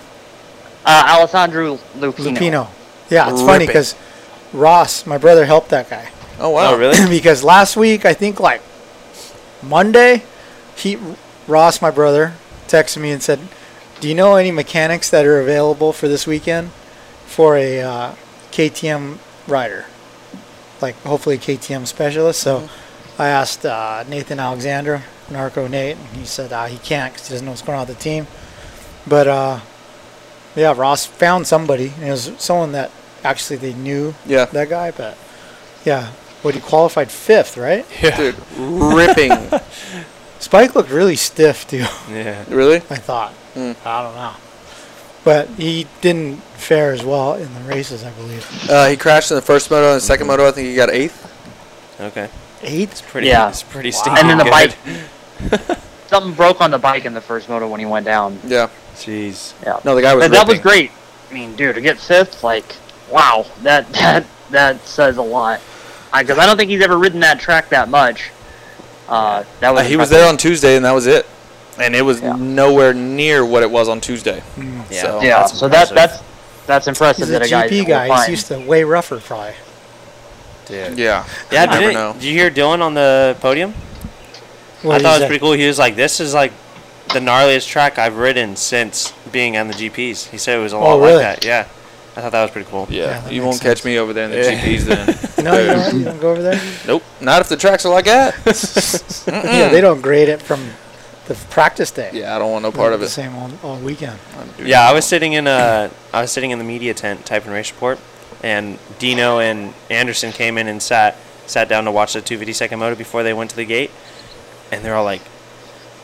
[SPEAKER 3] Uh, Alessandro Lupino.
[SPEAKER 1] Lupino. Yeah, it's funny 'cause funny
[SPEAKER 2] Ripping.
[SPEAKER 1] because Ross, my brother, helped that guy.
[SPEAKER 2] Oh wow!
[SPEAKER 4] Oh really?
[SPEAKER 1] because last week, I think like Monday, he Ross, my brother, texted me and said, "Do you know any mechanics that are available for this weekend for a uh, KTM rider? Like hopefully KTM specialist." So I asked uh, Nathan Alexander, Narco Nate, and he said uh, he can't because he doesn't know what's going on with the team. But uh, yeah, Ross found somebody, and it was someone that actually they knew
[SPEAKER 2] Yeah.
[SPEAKER 1] that guy, but yeah. What he qualified fifth, right?
[SPEAKER 2] Dude, ripping.
[SPEAKER 1] Spike looked really stiff too.
[SPEAKER 4] Yeah.
[SPEAKER 2] Really?
[SPEAKER 1] I thought.
[SPEAKER 2] Mm.
[SPEAKER 1] I don't know. But he didn't fare as well in the races, I believe.
[SPEAKER 2] Uh, he crashed in the first moto and the second moto. I think he got eighth.
[SPEAKER 4] Okay.
[SPEAKER 1] Eighth?
[SPEAKER 4] Pretty.
[SPEAKER 3] Yeah.
[SPEAKER 4] It's pretty stinky.
[SPEAKER 3] And then the
[SPEAKER 4] good.
[SPEAKER 3] bike. Something broke on the bike in the first moto when he went down.
[SPEAKER 2] Yeah.
[SPEAKER 4] Jeez.
[SPEAKER 3] Yeah.
[SPEAKER 2] No, the guy was.
[SPEAKER 3] But that was
[SPEAKER 2] ripping.
[SPEAKER 3] great. I mean, dude, to get fifth, like, wow, that that that says a lot. Because I, don't think he's ever ridden that track that much. Uh, that was
[SPEAKER 2] Uh, he was
[SPEAKER 3] impressive.
[SPEAKER 2] there on Tuesday, and that was it. And it was
[SPEAKER 3] Yeah.
[SPEAKER 2] nowhere near what it was on Tuesday.
[SPEAKER 4] Yeah.
[SPEAKER 2] So-
[SPEAKER 3] Yeah,
[SPEAKER 4] that's
[SPEAKER 3] so that
[SPEAKER 4] impressive.
[SPEAKER 3] that's that's impressive
[SPEAKER 1] He's a
[SPEAKER 3] that a guy
[SPEAKER 1] GP guy. He's used to way rougher, probably.
[SPEAKER 4] Dude.
[SPEAKER 2] Yeah.
[SPEAKER 4] Yeah,
[SPEAKER 2] never
[SPEAKER 4] didn't,
[SPEAKER 2] know.
[SPEAKER 4] did you hear Dylan on the podium?
[SPEAKER 1] What
[SPEAKER 4] I
[SPEAKER 1] did he
[SPEAKER 4] thought it was
[SPEAKER 1] say?
[SPEAKER 4] pretty cool. He was like, "This is like the gnarliest track I've ridden since being on the GPs." He said it was a lot
[SPEAKER 1] Oh, really?
[SPEAKER 4] like that. Yeah, I thought that was pretty cool.
[SPEAKER 1] Yeah,
[SPEAKER 2] Yeah.
[SPEAKER 1] that
[SPEAKER 2] you
[SPEAKER 1] makes
[SPEAKER 2] won't catch me over there in the
[SPEAKER 4] Yeah.
[SPEAKER 2] GPs then.
[SPEAKER 1] No, you don't, you don't go over there.
[SPEAKER 2] nope. Not if the tracks are like that.
[SPEAKER 1] Yeah, they don't grade it from the practice day.
[SPEAKER 2] yeah, I don't want no part of
[SPEAKER 1] the
[SPEAKER 2] it.
[SPEAKER 1] same all, all weekend.
[SPEAKER 4] Yeah, I was sitting in a, I was sitting in the media tent typing race report, and Dino and Anderson came in and sat sat down to watch the 252nd moto before they went to the gate, and they're all like,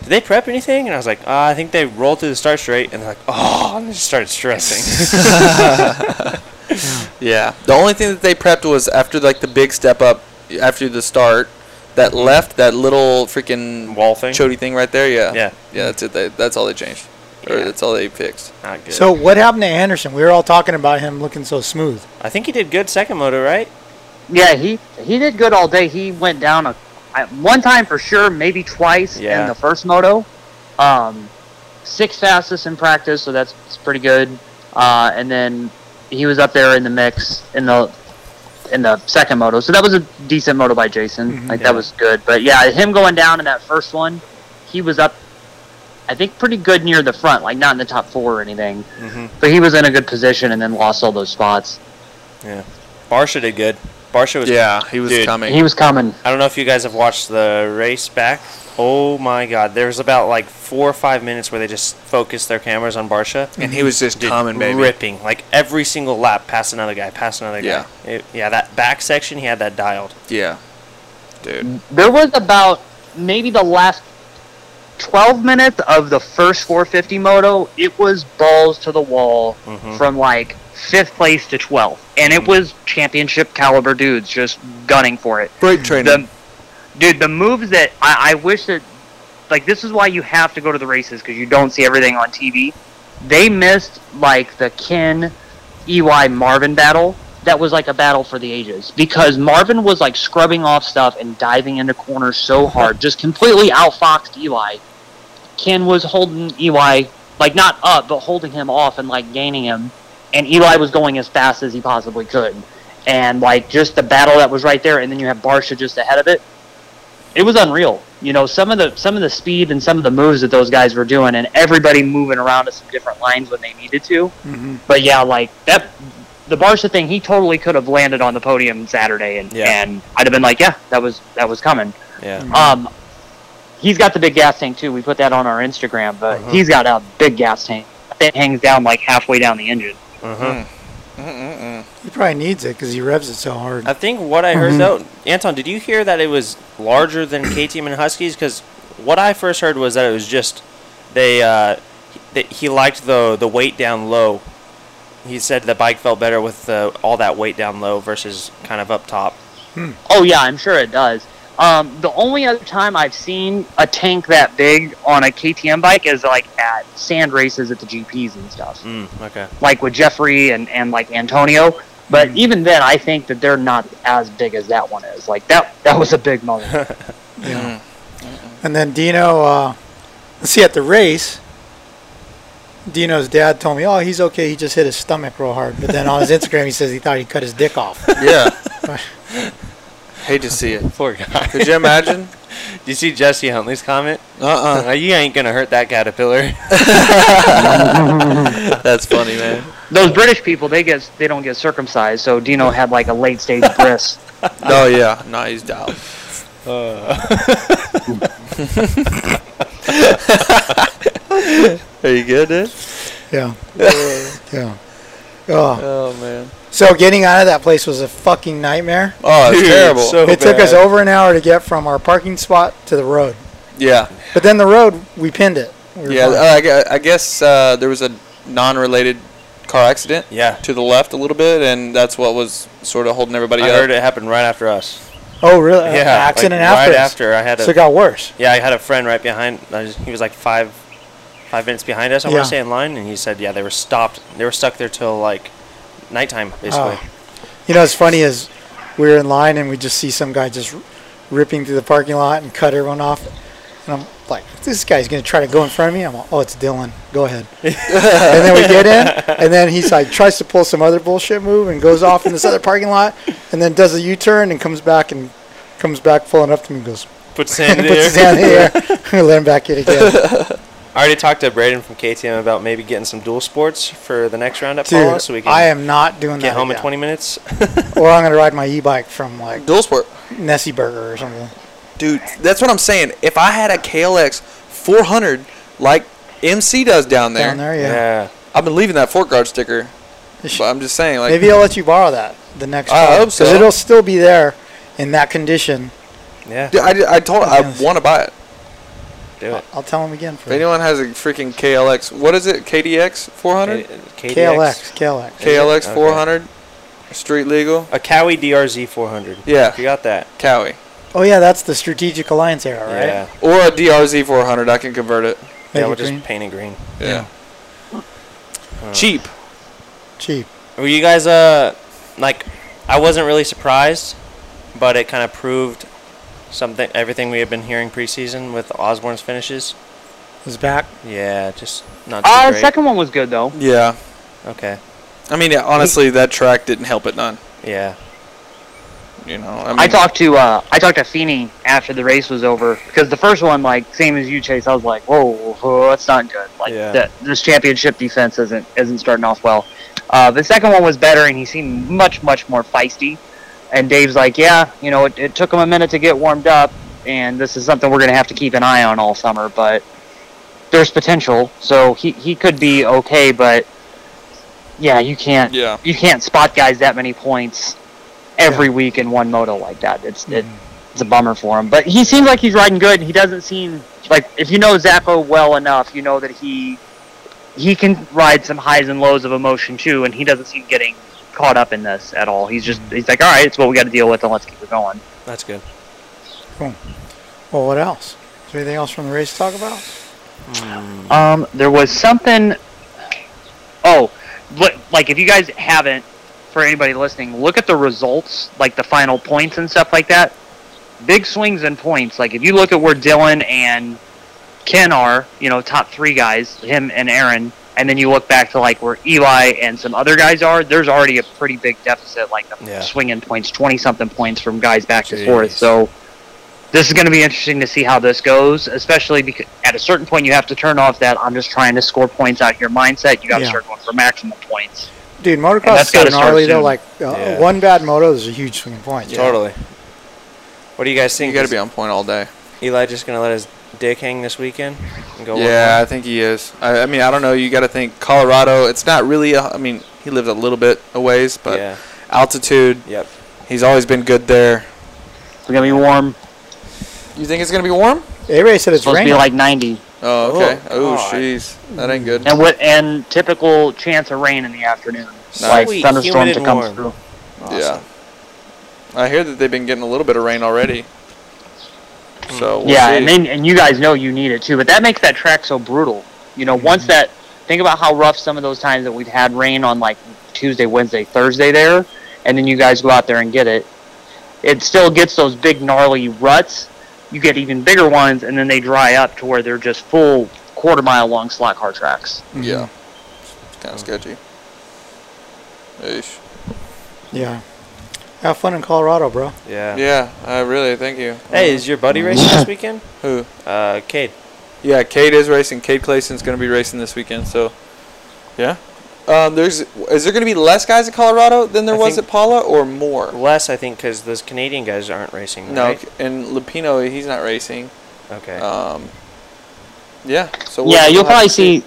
[SPEAKER 4] "Did they prep anything?" And I was like, uh, "I think they rolled through the start straight," and they're like, "Oh," and they just started stressing.
[SPEAKER 2] Yeah. The only thing that they prepped was after like the big step up after the start, that left that little freaking
[SPEAKER 4] Wall thing?
[SPEAKER 2] chody thing right there. Yeah.
[SPEAKER 4] Yeah.
[SPEAKER 2] Yeah. That's it. They, that's all they changed. Or
[SPEAKER 4] Yeah.
[SPEAKER 2] that's all they fixed.
[SPEAKER 4] Not good.
[SPEAKER 1] So what happened to Anderson? We were all talking about him looking so smooth.
[SPEAKER 4] I think he did good second moto, right?
[SPEAKER 3] Yeah, he he did good all day. He went down a I- one time for sure, maybe twice
[SPEAKER 4] Yeah.
[SPEAKER 3] in the first moto. Um, six fastest in practice, so that's, that's pretty good. Uh, and then he was up there in the mix in the in the second moto, so that was a decent moto by Jason. like
[SPEAKER 4] Mm-hmm. Yeah.
[SPEAKER 3] that was good, but yeah, him going down in that first one, he was up. I think pretty good near the front, like not in the top four or anything,
[SPEAKER 4] Mhm.
[SPEAKER 3] but he was in a good position and then lost all those spots.
[SPEAKER 4] Barsha did good. Barsha was
[SPEAKER 2] Yeah. He was
[SPEAKER 4] Dude,
[SPEAKER 2] coming.
[SPEAKER 3] He was coming.
[SPEAKER 4] I don't know if you guys have watched the race back. Oh my God! There was about like four or five minutes where they just focused their cameras on Barsha.
[SPEAKER 2] and he was just
[SPEAKER 4] Dude,
[SPEAKER 2] coming, baby.
[SPEAKER 4] ripping like every single lap, past another guy, past another guy. Yeah, yeah. That back section, he had that dialed.
[SPEAKER 2] Yeah. Dude.
[SPEAKER 3] There was about maybe the last 12 minutes of the first 450 moto. It was balls to the wall from like fifth place to 12th. And it was championship caliber dudes just gunning for it.
[SPEAKER 2] Brake training.
[SPEAKER 3] The, dude, the moves that I, I wish that, like, this is why you have to go to the races because you don't see everything on TV. They missed, like, the Ken EY E Marvin battle that was like a battle for the ages because Marvin was like scrubbing off stuff and diving into corners so hard, just completely outfoxed Eli. Ken was holding Eli like not up, but holding him off and like gaining him, and Eli was going as fast as he possibly could, and like just the battle that was right there, and then you have Barsha just ahead of it. It was unreal, you know. Some of the some of the speed and some of the moves that those guys were doing, and everybody moving around to some different lines when they needed to.
[SPEAKER 1] Mhm.
[SPEAKER 3] But yeah, like that, the Barca thing, he totally could have landed on the podium Saturday, and
[SPEAKER 4] Yeah.
[SPEAKER 3] and I'd have been like, yeah, that was that was coming.
[SPEAKER 4] Yeah.
[SPEAKER 3] Um, he's got the big gas tank too. We put that on our Instagram, but
[SPEAKER 4] Mhm.
[SPEAKER 3] he's got a big gas tank that hangs down like halfway down the engine.
[SPEAKER 4] Uh-huh.
[SPEAKER 2] Mm-mm-mm.
[SPEAKER 1] He probably needs it because he revs it so hard.
[SPEAKER 4] I think what I heard
[SPEAKER 1] Mhm.
[SPEAKER 4] though, Anton, did you hear that it was larger than K Team and Huskies? Because what I first heard was that it was just they uh, that he liked the the weight down low. He said the bike felt better with the, all that weight down low versus kind of up top.
[SPEAKER 3] Oh yeah, I'm sure it does. Um, the only other time I've seen a tank that big on a KTM bike is like at sand races at the GPs and stuff.
[SPEAKER 4] Mm, okay.
[SPEAKER 3] like with Jeffrey and, and like Antonio. But even then, I think that they're not as big as that one is. Like that that was a big moment.
[SPEAKER 1] Yeah. And then Dino, uh, let's see, at the race, Dino's dad told me, oh, he's okay. He just hit his stomach real hard. But then on his Instagram, he says he thought he cut his dick off.
[SPEAKER 2] Yeah. Hate to see it.
[SPEAKER 4] Poor guy.
[SPEAKER 2] Could you imagine?
[SPEAKER 4] Did you see Jesse Huntley's comment?
[SPEAKER 2] Uh-uh.
[SPEAKER 4] Uh, you ain't gonna hurt that caterpillar.
[SPEAKER 2] That's funny, man.
[SPEAKER 3] Those British people, they get they don't get circumcised, so Dino had like a late stage bris.
[SPEAKER 2] Oh yeah, Uh. no, he's down. Are you good, dude?
[SPEAKER 1] Yeah. yeah. Oh.
[SPEAKER 2] Oh man.
[SPEAKER 1] So getting out of that place was a fucking nightmare.
[SPEAKER 2] Oh, it's
[SPEAKER 4] Dude,
[SPEAKER 2] terrible.
[SPEAKER 4] so
[SPEAKER 1] it took us
[SPEAKER 4] bad.
[SPEAKER 1] over an hour to get from our parking spot to the road.
[SPEAKER 2] yeah,
[SPEAKER 1] But then the road, we pinned it. We were
[SPEAKER 2] yeah.
[SPEAKER 1] fine.
[SPEAKER 4] uh,
[SPEAKER 2] I gue- I guess uh, there was a non-related car accident
[SPEAKER 4] Yeah.
[SPEAKER 2] to the left a little bit, and that's what was sort of holding everybody
[SPEAKER 4] I
[SPEAKER 2] up.
[SPEAKER 4] heard it happened right after us.
[SPEAKER 1] oh, really? Yeah.
[SPEAKER 4] like,
[SPEAKER 1] accident after.
[SPEAKER 4] right
[SPEAKER 1] us.
[SPEAKER 4] after I had a
[SPEAKER 1] So it got worse.
[SPEAKER 4] Yeah, I had a friend right behind. I was- He was like five, five minutes behind us. I
[SPEAKER 1] Yeah.
[SPEAKER 4] want to say in line, and he said, "Yeah, they were stopped. They were stuck there till like nighttime,
[SPEAKER 1] Oh.
[SPEAKER 4] basically."
[SPEAKER 1] You know, what's funny is we were in line and we just see some guy just ripping through the parking lot and cut everyone off. And I'm like, if this guy's going to try to go in front of me, I'm like, oh, it's Dylan. Go ahead. and then we get in, and then he's like, tries to pull some other bullshit move and goes off in this other parking lot and then does a U turn and comes back and comes back pulling up to me and goes,
[SPEAKER 4] Put sand in
[SPEAKER 1] puts his hand in the air, let him back in again.
[SPEAKER 4] I already talked to Braden from KTM about maybe getting some dual sports for the next roundup, Paula,
[SPEAKER 1] Dude,
[SPEAKER 4] so we can
[SPEAKER 1] I am not doing
[SPEAKER 4] get
[SPEAKER 1] that.
[SPEAKER 4] home in
[SPEAKER 1] again.
[SPEAKER 4] 20 minutes.
[SPEAKER 1] Or I'm going to ride my e bike from like
[SPEAKER 2] Dual sport,
[SPEAKER 1] Nessie Burger or something.
[SPEAKER 2] dude. That's what I'm saying. If I had a KLX 400 like MC does down there,
[SPEAKER 1] Down there, yeah.
[SPEAKER 4] yeah.
[SPEAKER 2] I've been leaving that fork guard sticker. But I'm just saying, like,
[SPEAKER 1] Maybe I'll let you borrow that the next
[SPEAKER 2] I
[SPEAKER 1] time.
[SPEAKER 2] hope so.
[SPEAKER 1] it'll still be there in that condition.
[SPEAKER 4] Yeah.
[SPEAKER 2] Dude, I, I told I
[SPEAKER 1] Yes.
[SPEAKER 2] want to buy it.
[SPEAKER 4] do it.
[SPEAKER 1] I'll tell him again
[SPEAKER 2] If
[SPEAKER 1] for
[SPEAKER 2] anyone has a freaking KLX, what is it? KDX 400?
[SPEAKER 4] K-
[SPEAKER 1] KLX. KLX.
[SPEAKER 2] KLX
[SPEAKER 4] Okay.
[SPEAKER 2] 400, street legal.
[SPEAKER 4] A Cowie DRZ 400.
[SPEAKER 2] Yeah.
[SPEAKER 4] You got that.
[SPEAKER 2] Cowie
[SPEAKER 1] Oh yeah, that's the Strategic Alliance era, right?
[SPEAKER 4] Yeah.
[SPEAKER 2] or a DRZ 400. I can convert it.
[SPEAKER 4] Yeah,
[SPEAKER 1] Maybe
[SPEAKER 4] we'll
[SPEAKER 1] green.
[SPEAKER 4] just paint it green.
[SPEAKER 2] Yeah.
[SPEAKER 4] Uh,
[SPEAKER 2] Cheap.
[SPEAKER 1] cheap.
[SPEAKER 4] Were you guys uh like I wasn't really surprised, but it kind of proved something everything we had been hearing preseason with Osborne's finishes.
[SPEAKER 1] It's back.
[SPEAKER 4] Yeah, just not too
[SPEAKER 3] Uh,
[SPEAKER 4] great.
[SPEAKER 3] second one was good though.
[SPEAKER 2] Yeah.
[SPEAKER 4] Okay.
[SPEAKER 2] I mean, yeah, honestly, that track didn't help it none.
[SPEAKER 4] Yeah.
[SPEAKER 2] You know. I, mean,
[SPEAKER 3] I talked to uh, I talked to Feeney after the race was over because the first one, like same as you, Chase, I was like, whoa, whoa that's not good. Like
[SPEAKER 4] Yeah.
[SPEAKER 3] that this championship defense isn't isn't starting off well. Uh, the second one was better, and he seemed much much more feisty. And Dave's like, yeah, you know, it, it took him a minute to get warmed up, and this is something we're gonna have to keep an eye on all summer. But there's potential, so he he could be okay, but yeah, you can't
[SPEAKER 2] Yeah.
[SPEAKER 3] you can't spot guys that many points every week in one moto like that. It's it, it's a bummer for him. But he seems like he's riding good. He doesn't seem like if you know Zappo well enough, you know that he he can ride some highs and lows of emotion too, and he doesn't seem getting caught up in this at all. He's just he's like, all right, it's what we got to deal with, and let's keep it going.
[SPEAKER 4] That's good.
[SPEAKER 1] Well, what else? Is there anything else from the race to talk about?
[SPEAKER 3] Um, there was something. Oh, li- like if you guys haven't, for anybody listening, look at the results, like the final points and stuff like that. Big swings in points. Like if you look at where Dylan and Ken are, you know, top three guys, him and Aaron, and then you look back to like where Eli and some other guys are, there's already a pretty big deficit, like the
[SPEAKER 4] Yeah.
[SPEAKER 3] swing in points, twenty something points from guys back to
[SPEAKER 4] Jeez.
[SPEAKER 3] forth. So this is going to be interesting to see how this goes, especially because at a certain point you have to turn off that I'm just trying to score points out here mindset. You got to
[SPEAKER 1] Yeah.
[SPEAKER 3] start going for maximum points.
[SPEAKER 1] Dude,
[SPEAKER 3] And
[SPEAKER 1] motocross is
[SPEAKER 3] that's
[SPEAKER 1] so
[SPEAKER 3] gotta start
[SPEAKER 1] gnarly though.
[SPEAKER 3] soon.
[SPEAKER 1] Like uh,
[SPEAKER 4] Yeah.
[SPEAKER 1] one bad moto is a huge swing point.
[SPEAKER 4] Totally. What do you guys think?
[SPEAKER 2] You got to
[SPEAKER 4] Is
[SPEAKER 2] be on point all day.
[SPEAKER 4] Eli just gonna let his dick hang this weekend and go?
[SPEAKER 2] Yeah, I think he is. I, I mean, I don't know. You got to think Colorado. It's not really. A, I mean, he lives a little bit a ways,
[SPEAKER 4] One?
[SPEAKER 2] but
[SPEAKER 4] Yeah.
[SPEAKER 2] altitude.
[SPEAKER 4] Yep.
[SPEAKER 2] He's always been good there.
[SPEAKER 3] It's going to be warm.
[SPEAKER 2] You think it's gonna be warm?
[SPEAKER 1] A Ray said
[SPEAKER 3] It's
[SPEAKER 1] it's
[SPEAKER 3] supposed to be
[SPEAKER 1] raining.
[SPEAKER 3] like 90.
[SPEAKER 2] Oh, okay.
[SPEAKER 4] Oh,
[SPEAKER 2] Oh,
[SPEAKER 4] God.
[SPEAKER 2] jeez, that ain't good.
[SPEAKER 3] And what and typical chance of rain in the afternoon.
[SPEAKER 4] Sweet,
[SPEAKER 3] Like thunderstorm
[SPEAKER 4] humid
[SPEAKER 3] to
[SPEAKER 4] and
[SPEAKER 3] come
[SPEAKER 4] warm.
[SPEAKER 3] through.
[SPEAKER 2] Yeah. I hear that they've been getting a little bit of rain already.
[SPEAKER 4] Hmm.
[SPEAKER 2] So we'll
[SPEAKER 3] yeah,
[SPEAKER 2] see.
[SPEAKER 3] and then and you guys know you need it too, but that makes that track so brutal. You know, once
[SPEAKER 2] Mm-hmm.
[SPEAKER 3] that think about how rough some of those times that we've had rain on like Tuesday, Wednesday, Thursday there, and then you guys go out there and get it. It still gets those big gnarly ruts. You get even bigger ones, and then they dry up to where they're just full quarter mile long slot car tracks.
[SPEAKER 2] yeah, it's kind of sketchy.
[SPEAKER 4] Hmm.
[SPEAKER 2] Eesh.
[SPEAKER 1] Yeah. Have fun in Colorado, bro.
[SPEAKER 4] Yeah.
[SPEAKER 2] Yeah, I really thank you.
[SPEAKER 4] Hey, is your
[SPEAKER 3] Mm-hmm.
[SPEAKER 4] buddy racing this weekend?
[SPEAKER 2] Who?
[SPEAKER 4] Uh, Cade.
[SPEAKER 2] Yeah, Cade is racing. Cade Clayson's going to be racing this weekend. So, yeah. Um, there's is there going to be less guys at Colorado than there
[SPEAKER 4] I
[SPEAKER 2] was
[SPEAKER 4] think-
[SPEAKER 2] at Paula or more?
[SPEAKER 4] Less, I think, because those Canadian guys aren't racing.
[SPEAKER 2] No,
[SPEAKER 4] Right?
[SPEAKER 2] and Lupino he's not racing.
[SPEAKER 4] Okay.
[SPEAKER 2] Um, yeah. So we'll-
[SPEAKER 3] Yeah,
[SPEAKER 2] we'll
[SPEAKER 3] you'll
[SPEAKER 2] have
[SPEAKER 3] probably
[SPEAKER 2] to see.
[SPEAKER 3] see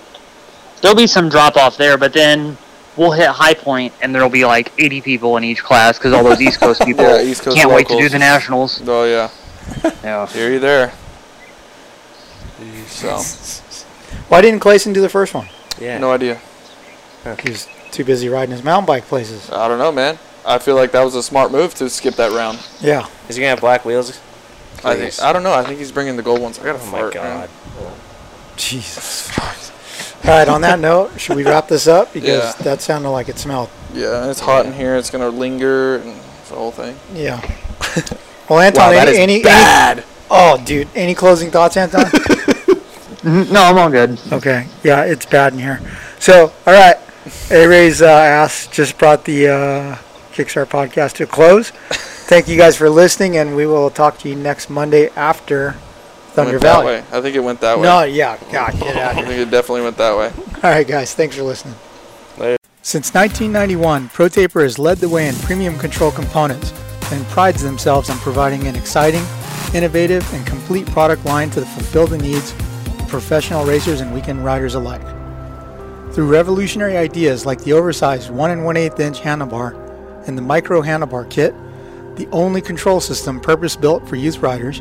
[SPEAKER 3] there'll be some drop off there, but then we'll hit high point and there'll be like 80 people in each class because all those East Coast people
[SPEAKER 2] Yeah, East Coast
[SPEAKER 3] can't wait to do
[SPEAKER 2] locals.
[SPEAKER 3] the nationals.
[SPEAKER 2] Oh yeah.
[SPEAKER 3] Yeah.
[SPEAKER 2] Here you there. So
[SPEAKER 1] Why didn't Clayson do the first one?
[SPEAKER 4] yeah.
[SPEAKER 2] no idea.
[SPEAKER 1] He was too busy riding his mountain bike places.
[SPEAKER 2] I don't know, man. I feel like that was a smart move to skip that round.
[SPEAKER 1] Yeah.
[SPEAKER 4] Is he gonna have black wheels?
[SPEAKER 2] I think I don't know. I think he's bringing the gold ones. I gotta
[SPEAKER 4] Oh my
[SPEAKER 2] fart, man.
[SPEAKER 4] god.
[SPEAKER 1] Jesus. All right. On that note, should we wrap this up because
[SPEAKER 2] Yeah.
[SPEAKER 1] that sounded like it smelled.
[SPEAKER 2] Yeah, it's hot in here. It's gonna linger and it's the whole thing.
[SPEAKER 1] Yeah. Well, Anton,
[SPEAKER 2] Wow, that
[SPEAKER 1] any,
[SPEAKER 2] is
[SPEAKER 1] any, bad. oh, dude, any closing thoughts, Anton?
[SPEAKER 3] No, I'm all good.
[SPEAKER 1] okay. Yeah, it's bad in here. So, all right. A Ray's uh, ass just brought the uh, Kickstart podcast to a close. Thank you guys for listening, and we will talk to you next Monday after Thunder
[SPEAKER 2] went that
[SPEAKER 1] Valley.
[SPEAKER 2] way. I think it went that way.
[SPEAKER 1] No, yeah, God, get out of
[SPEAKER 2] I
[SPEAKER 1] here.
[SPEAKER 2] think it definitely went that way.
[SPEAKER 1] All right, guys, thanks for listening.
[SPEAKER 4] Later.
[SPEAKER 1] Since 1991, ProTaper has led the way in premium control components and prides themselves on providing an exciting, innovative, and complete product line to fulfill the needs of professional racers and weekend riders alike. Through revolutionary ideas like the oversized 1 and 1 8 inch handlebar and the micro handlebar kit, the only control system purpose built for youth riders,